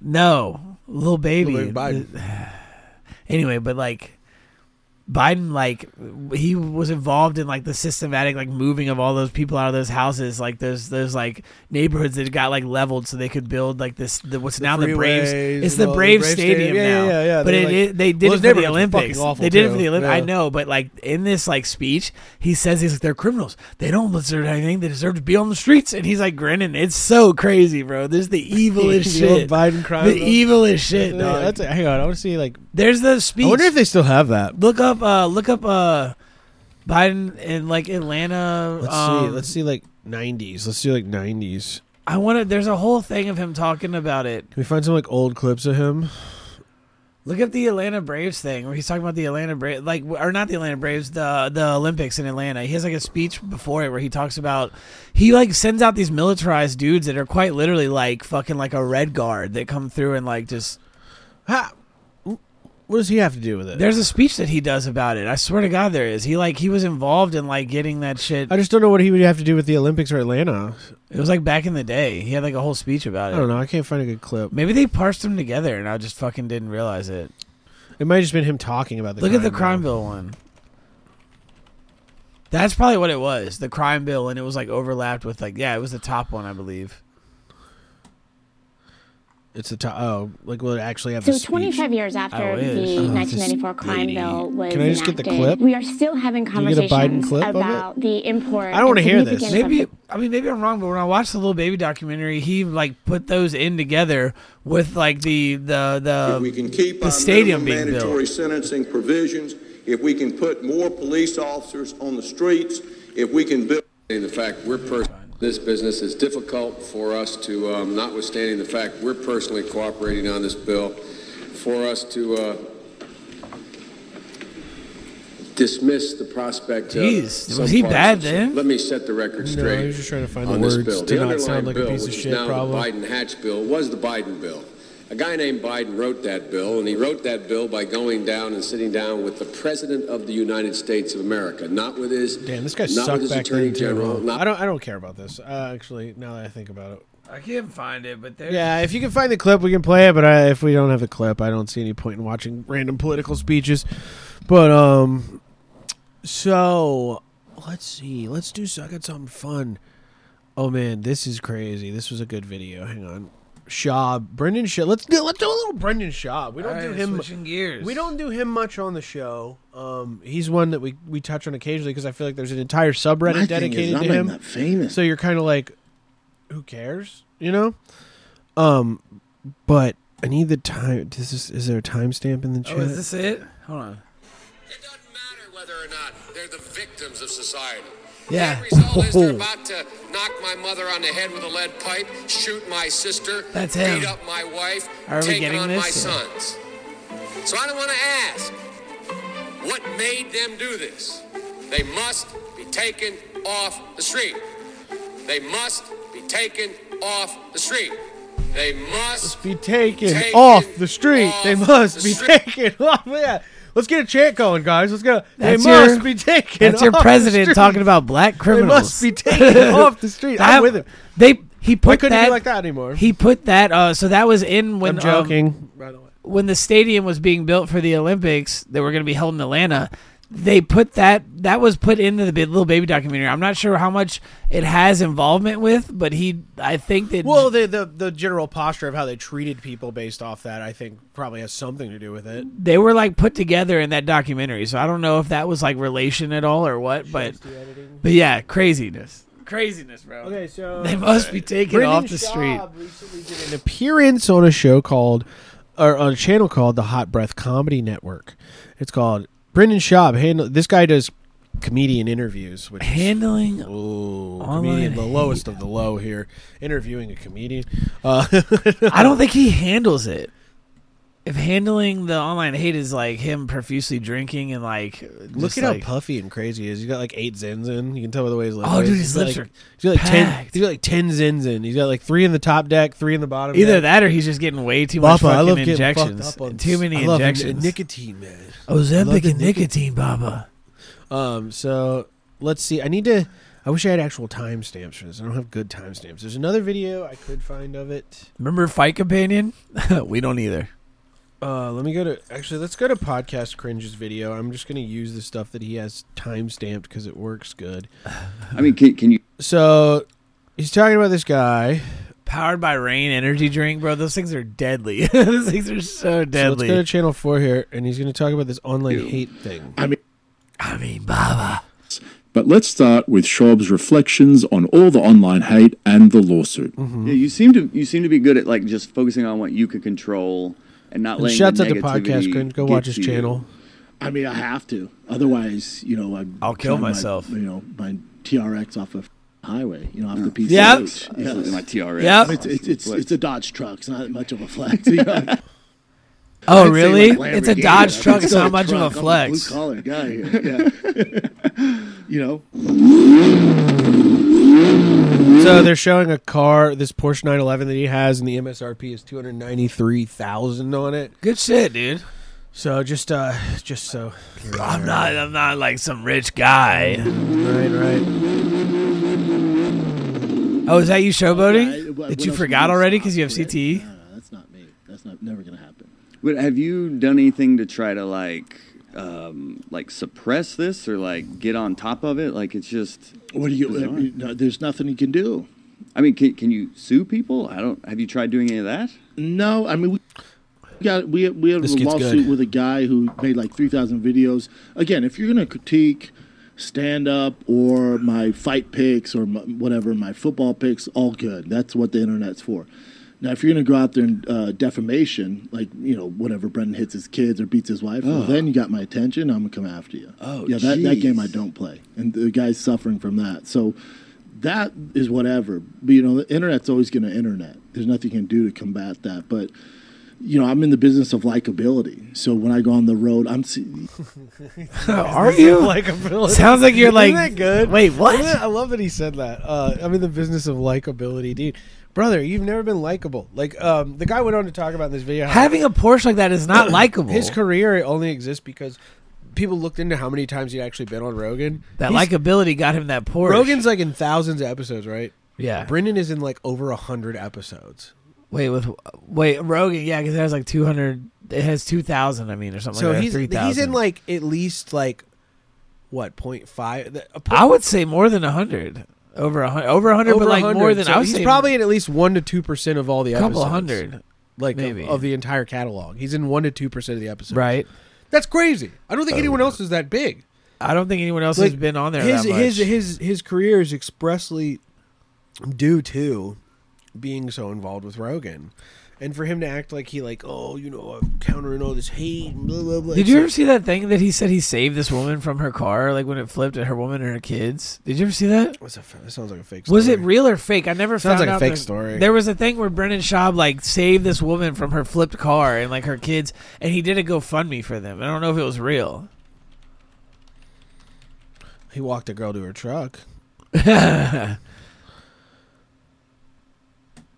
No, little baby.
Lil Baby Biden.
[sighs] anyway, but like. Biden, like he was involved in like the systematic like moving of all those people out of those houses, like those those like neighborhoods that got like leveled so they could build like this the, what's now the Braves.
freeways
It's
and
the
all the
Braves
Brave
Stadium,
Stadium. Yeah,
now.
yeah, yeah, yeah.
But
They,
it,
like-
it- they did
Well,
it
those
for the
neighborhoods were fucking
Olympics.
awful,
They did it for
too.
the Olympics. I
Yeah.
know, but like in this like speech, he says he's like they're criminals. They don't deserve anything. They deserve to be on the streets. And he's like grinning. It's so crazy, bro. This
[laughs]
is the evilest
The old
shit.
Biden crime
The
bill.
evilest shit.
Yeah,
dog.
that's it. Hang on, I want to see like.
There's the speech.
I wonder if they still have that.
Look up, uh, look up, uh, Biden in like Atlanta.
Let's see.
um,
Let's see like 90s. Let's do like 90s.
I want to. There's a whole thing of him talking about it.
Can we find some like old clips of him?
Look up the Atlanta Braves thing where he's talking about the Atlanta Braves, like or not the Atlanta Braves, the the Olympics in Atlanta. He has like a speech before it where he talks about he like sends out these militarized dudes that are quite literally like fucking like a red guard that come through and like just.
What does he have to do with it?
There's a speech that he does about it. I swear to God, there is. He like he was involved in like getting that shit.
I just don't know what he would have to do with the Olympics or Atlanta.
It was like back in the day. He had like a whole speech about
I
it.
don't know. I can't find a good clip.
Maybe they parsed them together, and I just fucking didn't realize it.
It might have just been him talking about the.
Look at the
crime
crime bill one. That's probably what it was. The crime bill, and it was like overlapped with like yeah, it was the top one, I believe.
It's a to- oh, like will it actually have?
[laughs] So
the speech?
25 years after
I wish.
the
Oh, this
1994 crime
lady.
bill was
Can I just get the
enacted,
clip?
we are still having
Can you get a Biden
conversations
clip of it?
about the import.
I don't
want
wanna
to
hear this.
Maybe I mean maybe I'm wrong, but when I watched the little baby documentary, he like put those in together with like the the the
If we can keep
the
our
stadium
minimum
being built.
mandatory sentencing provisions, if we can put more police officers on the streets, if we can build.
Notwithstanding The fact we're per- this business is difficult for us to, um, notwithstanding the fact we're personally cooperating on this bill, for us to uh, dismiss the prospect.
Jeez,
of
was
some
he
parts
bad
of this-
then?
Let me set the record
No,
straight.
he was just trying to find the
on this
words to
bill. the
not
underlying
sound like a
bill,
piece of
which is
shit,
now
probably.
The Biden Hatch bill was the Biden bill. A guy named Biden wrote that bill, and he wrote that bill by going down and sitting down with the President of the United States of America, not with his
Damn, this guy
not with
sucked
his
back
Attorney
then too.
General,
huh?
not
I don't. I don't care about this. Uh, actually, now that I think about it.
I can't find it, but there.
Yeah, if you can find the clip, we can play it. But I, if we don't have the clip, I don't see any point in watching random political speeches. But um, so let's see. Let's do. so I got something fun. Oh man, this is crazy. This was a good video. Hang on, Shaw, Brendan Shaw. Let's do. Let's do a little Brendan Shaw. We don't
All
do
right,
him.
switching gears.
We don't do him much on the show. Um, he's one that we we touch on occasionally because I feel like there's an entire subreddit
My thing is,
dedicated
I'm
to him.
not famous.
So you're kind of like, who cares? You know. Um, but I need the time. This is is there a timestamp in the chat?
Oh, is this it? Hold on.
They're the victims of society.
Yeah.
The end result is
Oh.
they're about to knock my mother on the head with a lead pipe, shoot my sister,
That's
beat
him.
up my wife,
Are we
take
getting
on my
this? Yeah.
sons. So I don't want to ask what made them do this. They must be taken off the street. They must be taken off the street. They must
be taken
Taken
off the street. they
off
must
the
be
street.
taken [laughs] off. Yeah. Let's get a chant going, guys. Let's go. They
That's
must
your-
be taken.
That's your
off the
president
street.
talking about black criminals.
They must be
[laughs]
taken off the street. I'm
That-
with him.
They he put
couldn't it be
that
like that anymore?
He put that. Uh, so that was in when
I'm joking,
um, when the stadium was being built for the Olympics that were going to be held in Atlanta. they put that that was put into the Big little baby documentary. I'm not sure how much it has involvement with, but he I think that
Well, the, the the general posture of how they treated people based off that, I think, probably has something to do with it.
they were like put together in that documentary. So I don't know if that was like relation at all or what, but but yeah, craziness. Craziness, bro.
Okay, so
[laughs] They must be taken
Brendan
off the street.
recently did an appearance on a show called, or on a channel called the Hot Breath Comedy Network. It's called Brendan Schaub. Handle this guy does comedian interviews, which
handling
ooh, comedian, the lowest of the low here. Interviewing a comedian. Uh,
I don't think he handles it. If handling the online hate is like him profusely drinking and like
Look
just,
at
like-
how puffy and crazy he is. He's got like eight zins in. You can tell by the way his lips.
Oh, dude, his lips
like,
are
He's got like ten. He's got like ten zins in. He's got like three in the top deck, three in the bottom.
Either
deck.
that or he's just getting way too much
Papa, I love
fucking
getting fucked
injections.
up on-
Too many
I love n-
injections.
nicotine, man.
Oh,
I love
Ozempic
the
and nicotine, Baba.
Um, so let's see. I need to. I wish I had actual timestamps for this. I don't have good timestamps. There's another video I could find of it.
Remember
[laughs]
Fight Companion? we don't either.
Uh, let me go to actually. Let's go to podcast cringe's video. I'm just gonna use the stuff that he has timestamped because it works good.
I mean, can, can you?
So he's talking about this guy.
Powered by Rain energy drink, bro. Those things are deadly. [laughs] Those things are so
So let's
deadly.
go to channel four here, and he's gonna talk about this online hate thing.
I mean,
I mean, Baba.
But let's start with Schaub's reflections on all the online hate and the lawsuit.
Mm.
Yeah, you seem to you seem to be good at like just focusing on what you could control and not
And
letting.
shouts
the
out to podcast
negativity
cringe. Go
get
watch his
to you.
channel.
I mean, I have to. Otherwise, you know, I'm I'll
kill myself.
you know, my TRX off of highway. You know, off the PC.
Yeah.
Yes.
Absolutely, my TRX.
Yeah.
Yep.
It's, it's, it's, it's a Dodge truck. It's not much of a flex. You know?
Oh,
I'd say
really?
like
It's a
Lamborghini.
Dodge
I'd
truck.
say
It's not
a
[laughs] much of a
truck. I'm
flex.
Blue collar
[laughs]
guy here. Yeah. [laughs] you know.
So they're showing a car, this Porsche 911 that he has, and the MSRP is two hundred ninety three thousand on it.
Good shit, dude.
So just, uh, just so
I'm not. I'm not like some rich guy.
Right,
right. Oh, is that you
Yeah, I-
showboating?
what-
that
what
you
else
forgot
would you
already because you have E? CTE?
That's not me. That's not never gonna happen.
But have you done anything to try to like um, like suppress this or like get on top of it? Like it's just.
What do you? no, there's nothing you can do.
I mean, can, can you sue people? I don't. Have you tried doing any of that?
No, I mean we got we we have a
This gets
lawsuit
good.
with a guy who made like three thousand videos. Again, if you're gonna critique stand up or my fight picks or my, whatever my football picks, all good. That's what the internet's for. Now, if you're gonna go out there and uh, defamation, like you know whatever Brendan hits his kids or beats his wife, well,
Ugh.
then you got my attention. I'm gonna come after you.
Oh,
yeah, that, that game
jeez.
I don't play, and the guy's suffering from that. So that is whatever. But, you know, the internet's always going to internet. There's nothing you can do to combat that. But you know, I'm in the business of likability. So when I go on the road, I'm see-
[laughs] Are you? Sounds like you're like.
Isn't that good?
Wait, what?
Isn't that- I love that he said that. Uh, I'm in the business of likability, dude. Brother, you've never been likable. Like um, the guy went on to talk about in this video. how-
Having a Porsche like that is not likable.
His career only exists because people looked into how many times he'd actually been on Rogan.
That
He's-
likability got him that Porsche.
Rogan's like in thousands of episodes, right?
Yeah.
Brendan is in like over a hundred episodes.
Wait, with wait Rogan, yeah, because it has like 200. It has 2,000. I mean, or something.
so
like that,
he's
3,000.
he's in like at least like what point five? the- a
I would say more than hundred, over a hundred, over a hundred, but like more than
so
I would
he's
say
probably in at least one to two percent of all the
Couple
episodes.
hundred,
like of-
maybe.
Of, the entire catalog. He's in one to two percent of the episodes.
Right.
That's crazy. I don't think
Oh.
anyone else is that big.
I don't think anyone else has
Like,
been on there.
His
that much.
his his his career is expressly due to being so involved with Rogan. And for him to act like he like, oh, you know, I'm countering all this hate and blah blah blah.
Did you
So-
ever see that thing that he said he saved this woman from her car, like when it flipped at her woman and her kids? Did you ever see that?
What's that? That sounds like a fake.
Was it
story.
real or fake? I never
Sounds
found
like a
out
fake
the-
story.
There was a thing where Brennan Schaub like saved this woman from her flipped car and like her kids, and he did a GoFundMe for them. I don't know if it was real.
He walked a girl to her truck.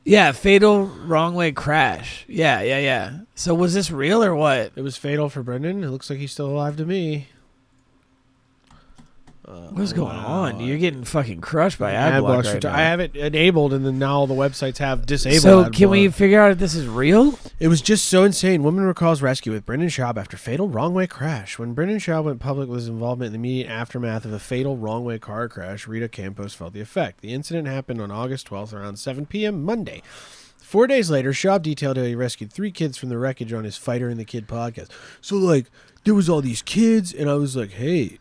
Yeah, fatal wrong way crash. Yeah, yeah, yeah. So was this real or what?
It was fatal for Brendan. It looks like he's still alive to me.
What's going on? You're getting fucking crushed by
Ad
ad block
blocks
right
are-
now.
Oh, I have it enabled, and then now all the websites have disabled.
So
ad
can we
block.
figure out if this is real?
It was just so insane. Woman recalls rescue with Brendan Schaub after fatal wrong way crash. When Brendan Schaub went public with his involvement in the immediate aftermath of a fatal wrong way car crash, Rita Campos felt the effect. The incident happened on August 12th around 7 p.m. Monday. Four days later, Schaub detailed how he rescued three kids from the wreckage on his Fighter and the Kid podcast. So, like, there was all these kids, and I was like, hey,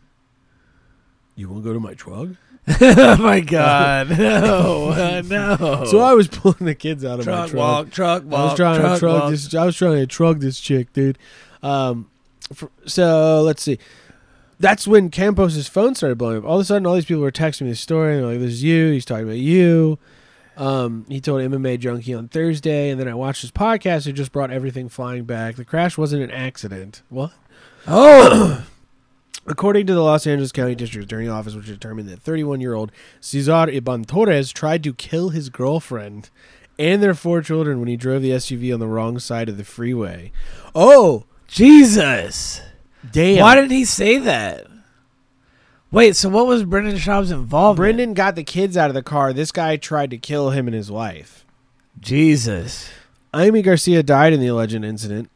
you want to go to my truck?
[laughs] oh my God. [laughs] No. Uh, no.
So I was [laughs] pulling the kids out of my
Truck
truck.
walk, truck
I was
walk,
trying to
truck
truck
walk.
this. I was trying to truck this chick, dude. Um, fr- so let's see. That's when Campos's phone started blowing up. All of a sudden, all these people were texting me the story. And they're like, "This is you." He's talking about you. Um, he told MMA Junkie on Thursday, and then I watched his podcast. It just brought everything flying back. The crash wasn't an accident. What? [coughs]
Oh.
According to the Los Angeles County District Attorney Office, which determined that 31 year old Cesar Iban Torres tried to kill his girlfriend and their four children when he drove the SUV on the wrong side of the freeway. Oh,
Jesus.
Damn.
Why did he say that? Wait, so what was Brendan Schaub's involvement?
Brendan got the kids out of the car. This guy tried to kill him and his wife.
Jesus.
Amy Garcia died in the alleged incident.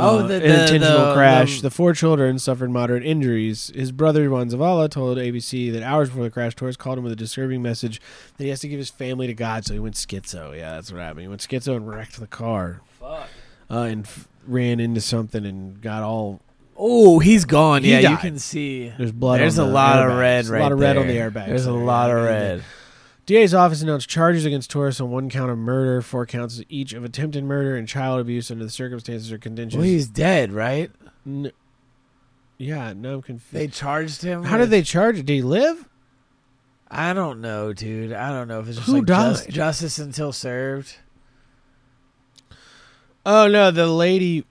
Oh,
Uh,
the-
an
the-
intentional
the-
crash.
the-
the four children suffered moderate injuries. His brother Juan Zavala told ABC that hours before the crash, Torres called him with a disturbing message that he has to give his family to God. So he went schizo. Yeah, that's what happened. He went schizo and wrecked the car.
Fuck.
Uh, and f- ran into something and got all.
Oh, he's gone.
He
yeah, you
died.
can see.
There's blood.
There's
on
a
the
lot of
airbags.
red
There's
right
A lot of red on the
there.
airbags.
There's a
there.
lot of
And-
red.
DA's office announced charges against Torres on one count of murder, four counts each of attempted murder and child abuse under the circumstances are contentious.
Well, he's dead, right?
N- yeah, no, I'm confused.
They charged him.
How did
with-
they charge? it? Did he live?
I don't know, dude. I don't know if it's just
Who
like jus-
died?
justice until served.
Oh no, the lady,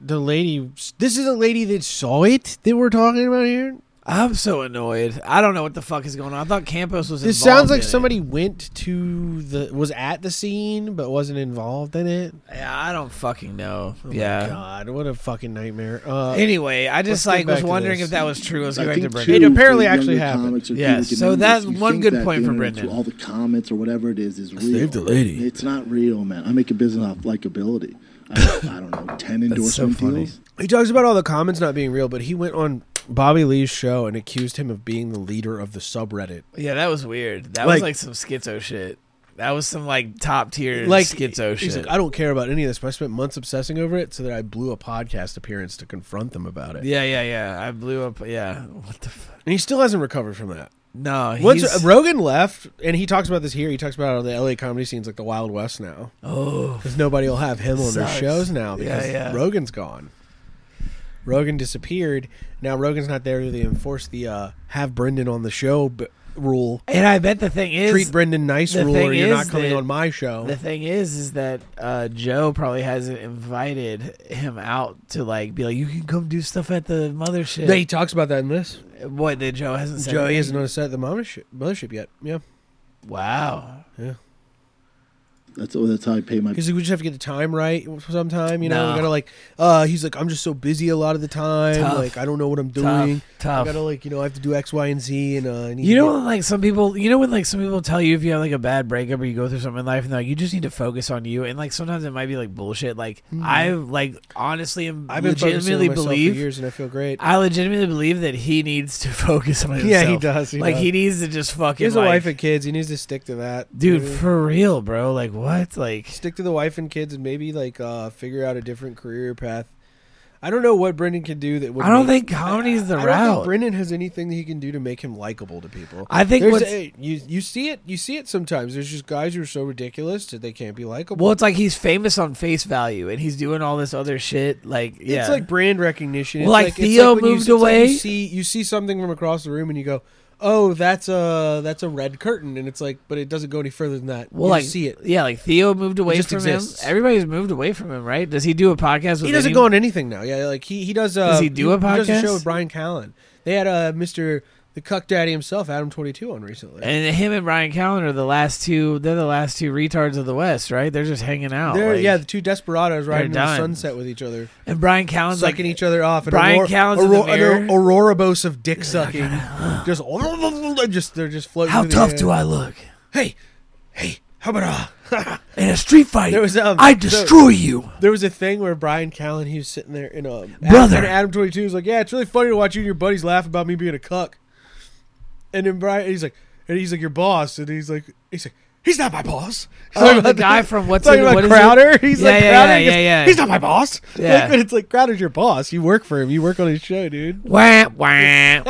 the lady. This is a lady that saw it that we're talking about here.
I'm so annoyed. I don't know what the fuck is going on. I thought Campos was.
This
involved
sounds like
in it.
somebody went to the was at the scene but wasn't involved in it.
Yeah, I don't fucking know.
Oh my
yeah.
God, what a fucking nightmare. Uh,
Anyway, I
let's
just
get
like
back
was
to
wondering
this.
if that was true. Let's
I
go back to
think,
Brendan.
too,
It apparently
for
actually
younger
happened.
comics or
Yes,
people
so
getting
that's
noticed, you
one
think
good
that
point
the
for
internet's-
Brendan.
All the comments or whatever it is is real.
saved the lady.
It's not real, man. I make a business off likability. I, I don't know,
[laughs]
ten endorsement deals.
He talks about all the comments not being real, but he went on Bobby Lee's show and accused him of being the leader of the subreddit.
Yeah, that was weird. That
Like-
was like some schizo shit. That was some like top tier
Like
schizo
he's
shit.
like, I don't care about any of this, but I spent months obsessing over it, so that I blew a podcast appearance to confront them about it.
yeah, yeah, yeah. I blew up. Yeah. What the fuck?
and he still hasn't recovered from that.
No.
Once
he's-
Rogan left, and he talks about this here. He talks about how the LA comedy scene's like the Wild West now.
Oh.
because nobody will have him on
Sucks.
their shows now
Yeah,
because
yeah.
Rogan's gone. Rogan disappeared. Now Rogan's not there. They enforce the uh, have Brendan on the show b- rule.
and I bet the thing is
treat Brendan nice
the
rule,
thing
or you're not
is
coming
that-
on my show.
The thing is, is that uh, Joe probably hasn't invited him out to like be like, you can come do stuff at the mothership.
Yeah, he talks about that in this.
What that Joe hasn't said.
Joey
anything?
isn't on set at the mothership, mothership yet. Yeah,
Wow.
yeah.
That's oh, that's how I pay my.
Because we just have to get the time right sometime. You know,
No.
we gotta like. uh He's like, I'm just so busy a lot of the time.
Tough.
Like, I don't know what I'm
Tough.
doing. I
Tough.
gotta like, you know, I have to do X, Y, and Z, and uh, I need
You
to
know,
get-
when, like some people, you know, when like some people tell you if you have like a bad breakup or you go through something in life, and they're like, you just need to focus on you. And like sometimes it might be like bullshit. Like I like honestly, am
Hmm. I've
I've
been
legitimately
focusing on myself
believe
for years, and I feel great.
I legitimately believe that he needs to [laughs] focus on himself.
Yeah, he does, he
like
does.
he needs to just fucking.
He has a
like-
wife and kids. He needs to stick to that,
dude, for real, bro. Like what? Like
stick to the wife and kids, and maybe like uh figure out a different career path. I don't know what Brendan can do that would.
I don't
make-
think comedy's the
I
route.
don't think Brendan has anything that he can do to make him likable to people.
I think
There's
what's-
a- you you see it you see it sometimes. There's just guys who are so ridiculous that they can't be likable.
well, it's like he's famous on face value, and he's doing all this other shit. Like yeah,
It's like brand recognition.
Well,
It's it's
like, Theo
when you-
moved
it's like
away.
you see you see something from across the room, and you go, "Oh, that's a that's a red curtain," and it's like, but it doesn't go any further than that.
Well,
you
like
just see it.
Yeah, like Theo moved away
just
from
exists.
him. Everybody's moved away from him, right? Does he do a podcast? With
he doesn't
any-
go on anything now. Yeah, like he he does. Uh,
Does he do a
He does a
podcast?
show with Brian Callen. They had uh, Mr. the cuck daddy himself, Adam Twenty Two, on recently.
And him and Brian Callen are the last two. They're the last two retards of the West, right? They're just hanging out.
They're,
like-
yeah, the two desperados riding in the
done.
sunset with each other,
and Brian Callen's like-
sucking each other off. and
Brian
Aurora-
Callen's in the
Aurora- an
mirror.
Aur- Auroribos of dick
[laughs]
sucking. just, just [laughs] they're just floating.
How
through the
tough
air.
do I look?
Hey, hey, how about [laughs] uh,
In a street fight,
There was um,
I
there-
destroy you.
There was a thing where Brian Callen, he was sitting there in a
Brother.
And Adam Twenty Two was like, "Yeah, it's really funny to watch you and your buddies laugh about me being a cuck." And then Brian, he's like, and he's like your boss, and he's like, he's like, he's not my boss.
Oh,
Talking
the
about
guy from what's
talking
in-
about
what is it?
Crowder? [laughs] He's
Yeah,
like
yeah,
Crowder.
yeah,
he goes,
yeah, yeah.
He's not my boss. [laughs]
Yeah.
but it's like Crowder's your boss. You work for him. You work on his show, dude.
Wah,
[laughs]
wah.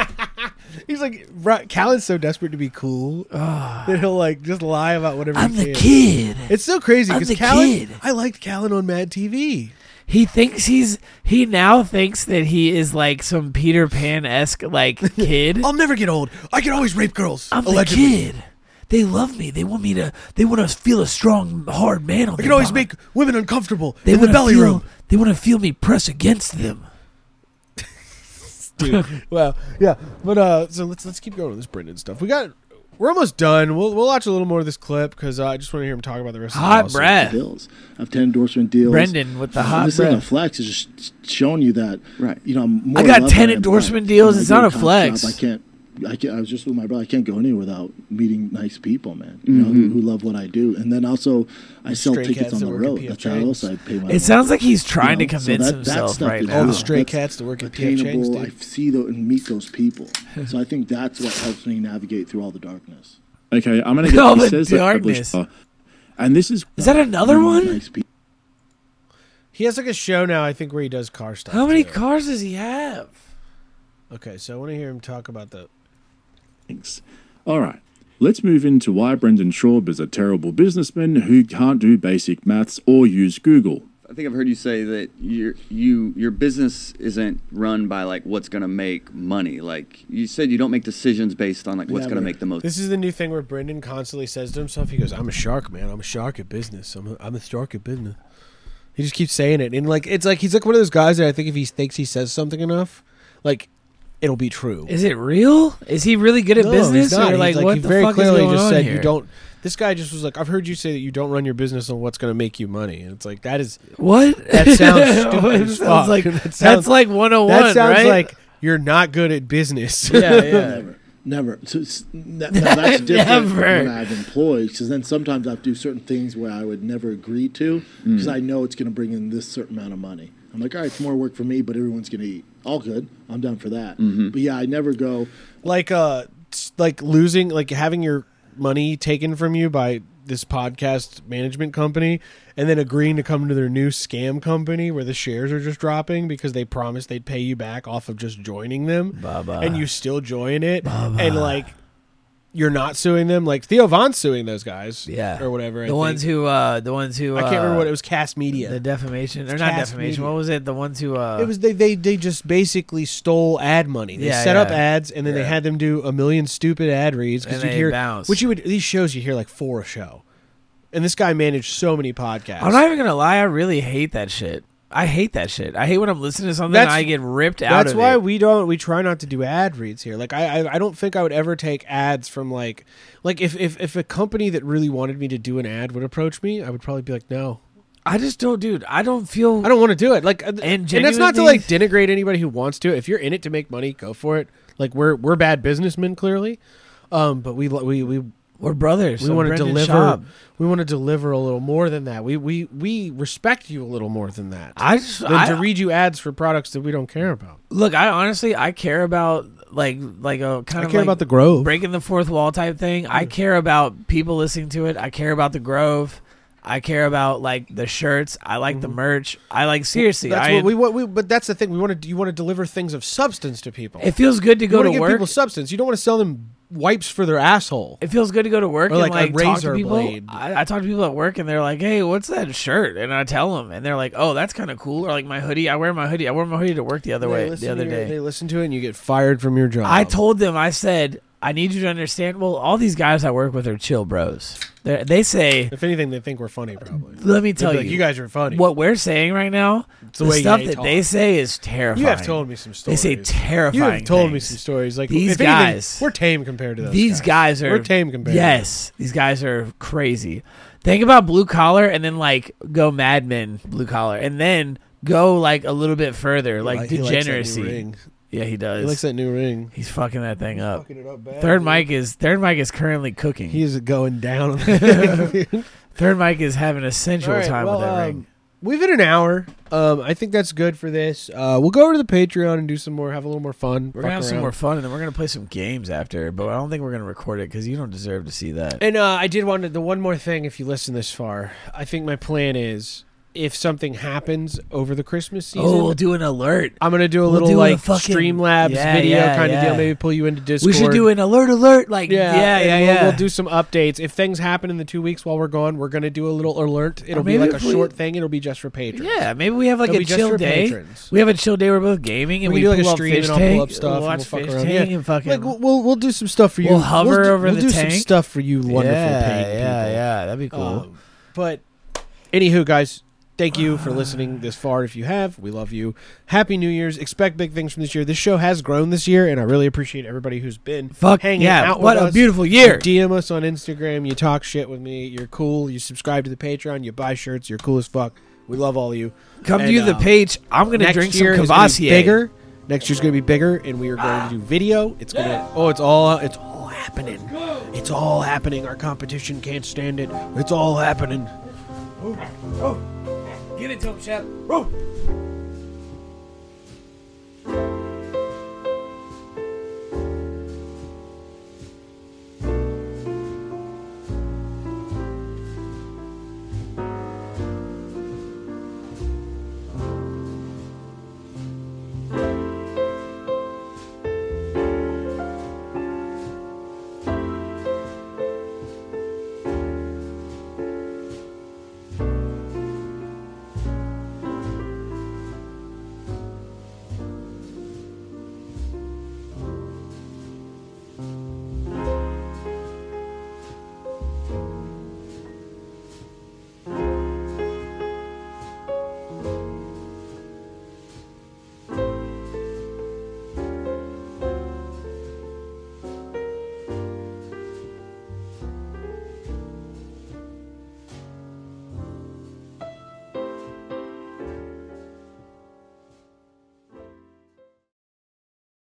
he's like, Bri- Callen's so desperate to be cool [sighs] that he'll like just lie about whatever.
I'm
he
the
can.
kid.
It's so crazy
I'm
because
the
Callen,
kid.
I liked Callen on Mad TV.
He thinks he's he now thinks that he is like some Peter Pan
[laughs]
esque like kid.
I'll never get old. I can always rape girls.
I'm
Oh, allegedly.
the kid. They love me. They want me to. They want to feel a strong, hard man on.
I
their
can always
body.
make women uncomfortable
They
in the
wanna
belly
feel-
room.
They want to feel me press against them.
Dude, well, yeah, but uh, so let's let's keep going with this Brendan stuff. We got we're almost done. We'll we'll watch a little more of this clip because uh, I just want to hear him talk about the rest of the lawsuit.
Deals. I've ten endorsement deals.
Brendan with the hot
This isn't a
breath.
flex. It's just showing you that. Right. You know, I'm more
I got
loved
10
than am,
endorsement
but
deals.
when I
It's
do
not a
cop
flex.
job, I can't. I can't. I was just with my brother. I can't go anywhere without meeting nice people, man. You know,
Mhm.
who, who love what I do. And then also, I sell
Stray
tickets
cats
on
that
the
work at
road.
P.F.
That's how
Chang's.
else I pay my.
It sounds like he's trying to
so
convince
that- that
himself
stuff
right
is
now. All the stray
cats that work at P.F. Chang's,
attainable.
dude.
I see those and meet those people. so I think that's what helps me navigate through all the darkness.
Okay, I'm
[laughs]
gonna get
Oh,
he
the
says that published.
darkness.
And this is
Is that another one?
He has like a show now, I think, where he does car stuff.
How many
too.
cars does he have?
Okay, so I want to hear him talk about the.
Thanks. All right, let's move into why Brendan Schaub is a terrible businessman who can't do basic maths or use Google.
I think I've heard you say that your you your business isn't run by like what's gonna make money. Like you said, you don't make decisions based on like what's
Yeah,
gonna
but
make the most.
This is the new thing where Brendan constantly says to himself, he goes, "I'm a shark, man. I'm a shark at business. I'm a, I'm a shark at business." He just keeps saying it, and like it's like he's like one of those guys that I think if he thinks he says something enough, like it'll be true.
Is it real? Is he really good at
No, he's
business?
not.
Or
He's
like, what
he
the
very
fuck
clearly
is going
just
on
said
here?
you don't. This guy just was like, "I've heard you say that you don't run your business on what's going to make you money," and it's like that is
What?
that
[laughs]
sounds stupid.
It
as
sounds
fuck. [laughs]
like-
That
that's
sounds-
like 101,
That sounds
right?
like you're not good at business.
never, never. So it's, n- now that's different
Never.
when I have employees, because then sometimes I have to do certain things where I would never agree to, because
Hmm.
Mm.
I know it's going to bring in this certain amount of money. I'm like, all right, it's more work for me, but everyone's going to eat. All good. I'm down for that.
Mhm.
But yeah, I never go.
like uh s- like losing like having your money taken from you by this podcast management company and then agreeing to come to their new scam company where the shares are just dropping because they promised they'd pay you back off of just joining them and you still join it and like you're not suing them like Theo Von's suing those guys
Yeah.
or whatever I
The
think.
ones who, uh, the ones who,
I can't remember
uh,
what it was cast media
the defamation or
It's
not
cast
defamation?
media.
What was it? The ones who, uh,
it was they, they they just basically stole ad money. They
Yeah,
set up
yeah.
ads and then they
Yeah.
had them do a million stupid ad reads
And
because you
they
hear
bounce.
which you would these shows you hear like four a show, and this guy managed so many podcasts.
I'm not even gonna lie. I really hate that shit. I hate that shit. I hate when I'm listening to something and I get ripped out.
That's
of
why
it.
we don't we try not to do ad reads here. Like I, I I don't think I would ever take ads from like like if if if a company that really wanted me to do an ad would approach me, I would probably be like no.
I just don't, dude. I don't feel.
I don't want to do it. Like, and, and that's not to
genuinely-
like denigrate anybody who wants to. If you're in it to make money, go for it. Like we're we're bad businessmen clearly, um, but we lo- we we
we're brothers.
We
I'm
want to
Brendan
deliver.
Schaub.
We want to deliver a little more than that. We we we respect you a little more than that.
I just-
than
I-
to read you ads for products that we don't care about.
Look, I honestly, I care about like like a kind
I
of
care
like
about The Grove.
breaking the fourth wall type thing. I care about people listening to it. I care about the Grove. I care about like the shirts. I like the merch. I like seriously.
Mm-hmm. that's
I
what we want. We, but that's the thing. We want to. You want to deliver things of substance to people.
It feels good to
You
go
wanna
to
give
work.
People substance. You don't want to sell them wipes for their asshole.
It feels good to go to work
Or
and
like
like,
a
talk
razor
to people.
blade.
I, I talk to people at work and they're like, "Hey, what's that shirt?" And I tell them, and they're like, "Oh, that's kind of cool." Or like my hoodie. I wear my hoodie. I wore my hoodie to work the other
They
way
listen
the
to
other
your-
day.
they listen to it and you get fired from your job.
I told them. I said. I need you to understand. Well, all these guys I work with are chill bros. They're, they say
If anything, they think we're funny, probably.
Let me
They'd
tell
be like,
you,
you guys are funny.
What we're saying right now,
It's the
the,
way
stuff
they
that
talk.
they say is terrifying.
You have told me some stories.
They say terrifying.
You have told me
things.
some stories. Like
these
if anything,
guys,
we're tame compared to those.
these guys. are
we're tame compared.
Yes, these guys are crazy. Think about blue collar, and then like go Mad Men, blue collar, and then go like a little bit further, like
Like, he likes that new
degeneracy.
ring.
Yeah, he
to
does.
them. He likes that new ring.
He's fucking that thing up.
bad,
third
dude.
Mike is third Mike is currently cooking.
He is going down.
[laughs]
On
third Mike is having a sensual
All right,
time
well,
with that
um,
ring.
We've hit an hour. Um, I think that's good for this. Uh, we'll go over to the Patreon and do some more, have a little more fun.
We're
fuck
gonna have some
around.
more fun, and then we're gonna play some games after. But I don't think we're gonna record it because you don't deserve to see that.
And uh, I did want to, the one more thing. If you listen this far, I think my plan is if something happens over the Christmas season,
oh, we'll do an alert.
I'm gonna do a
We'll
little
do a
like
fucking-
Streamlabs
Yeah,
video
yeah,
kind of
yeah.
deal. Maybe pull you into Discord.
We should do an alert, alert. Like yeah, yeah,
and
yeah.
we'll,
yeah.
we'll do some updates. If things happen in the two weeks while we're gone, we're gonna do a little alert. It'll be
maybe
like a
if we-
short thing. It'll be just for patrons.
Yeah, maybe we have like
It'll
a
be just
chill
for
day.
patrons.
We have a chill day. We're both gaming and we,
we, can do
pull
like a
up
stream
fish
and I'll
tank,
pull up stuff.
Watch
and we'll fuck
fish
around.
tank
yeah.
and fucking.
Like, we'll, we'll we'll do some stuff for you.
We'll hover
do-
over
we'll
the
do some
tank.
stuff for you, wonderful
yeah,
paid people.
yeah, yeah. That'd be cool.
Um, but anywho, guys, thank you for listening this far. If you have, we love you. Happy New Year's. Expect big things from this year. This show has grown this year, and I really appreciate everybody who's been
Fuck
hanging
yeah,
out.
what
with
a
us.
beautiful year.
You DM us on Instagram. You talk shit with me. You're cool. You subscribe to the Patreon. You buy shirts. You're cool as fuck. We love all of you.
Come
And,
to the
um,
page. I'm gonna
next
drink some
year is gonna be
Cavassier.
Bigger. Next year's gonna be bigger, and we are going to do video. It's gonna. Oh, it's all. It's all happening. It's all happening. Our competition can't stand it. It's all happening.
Get it, Top Chef.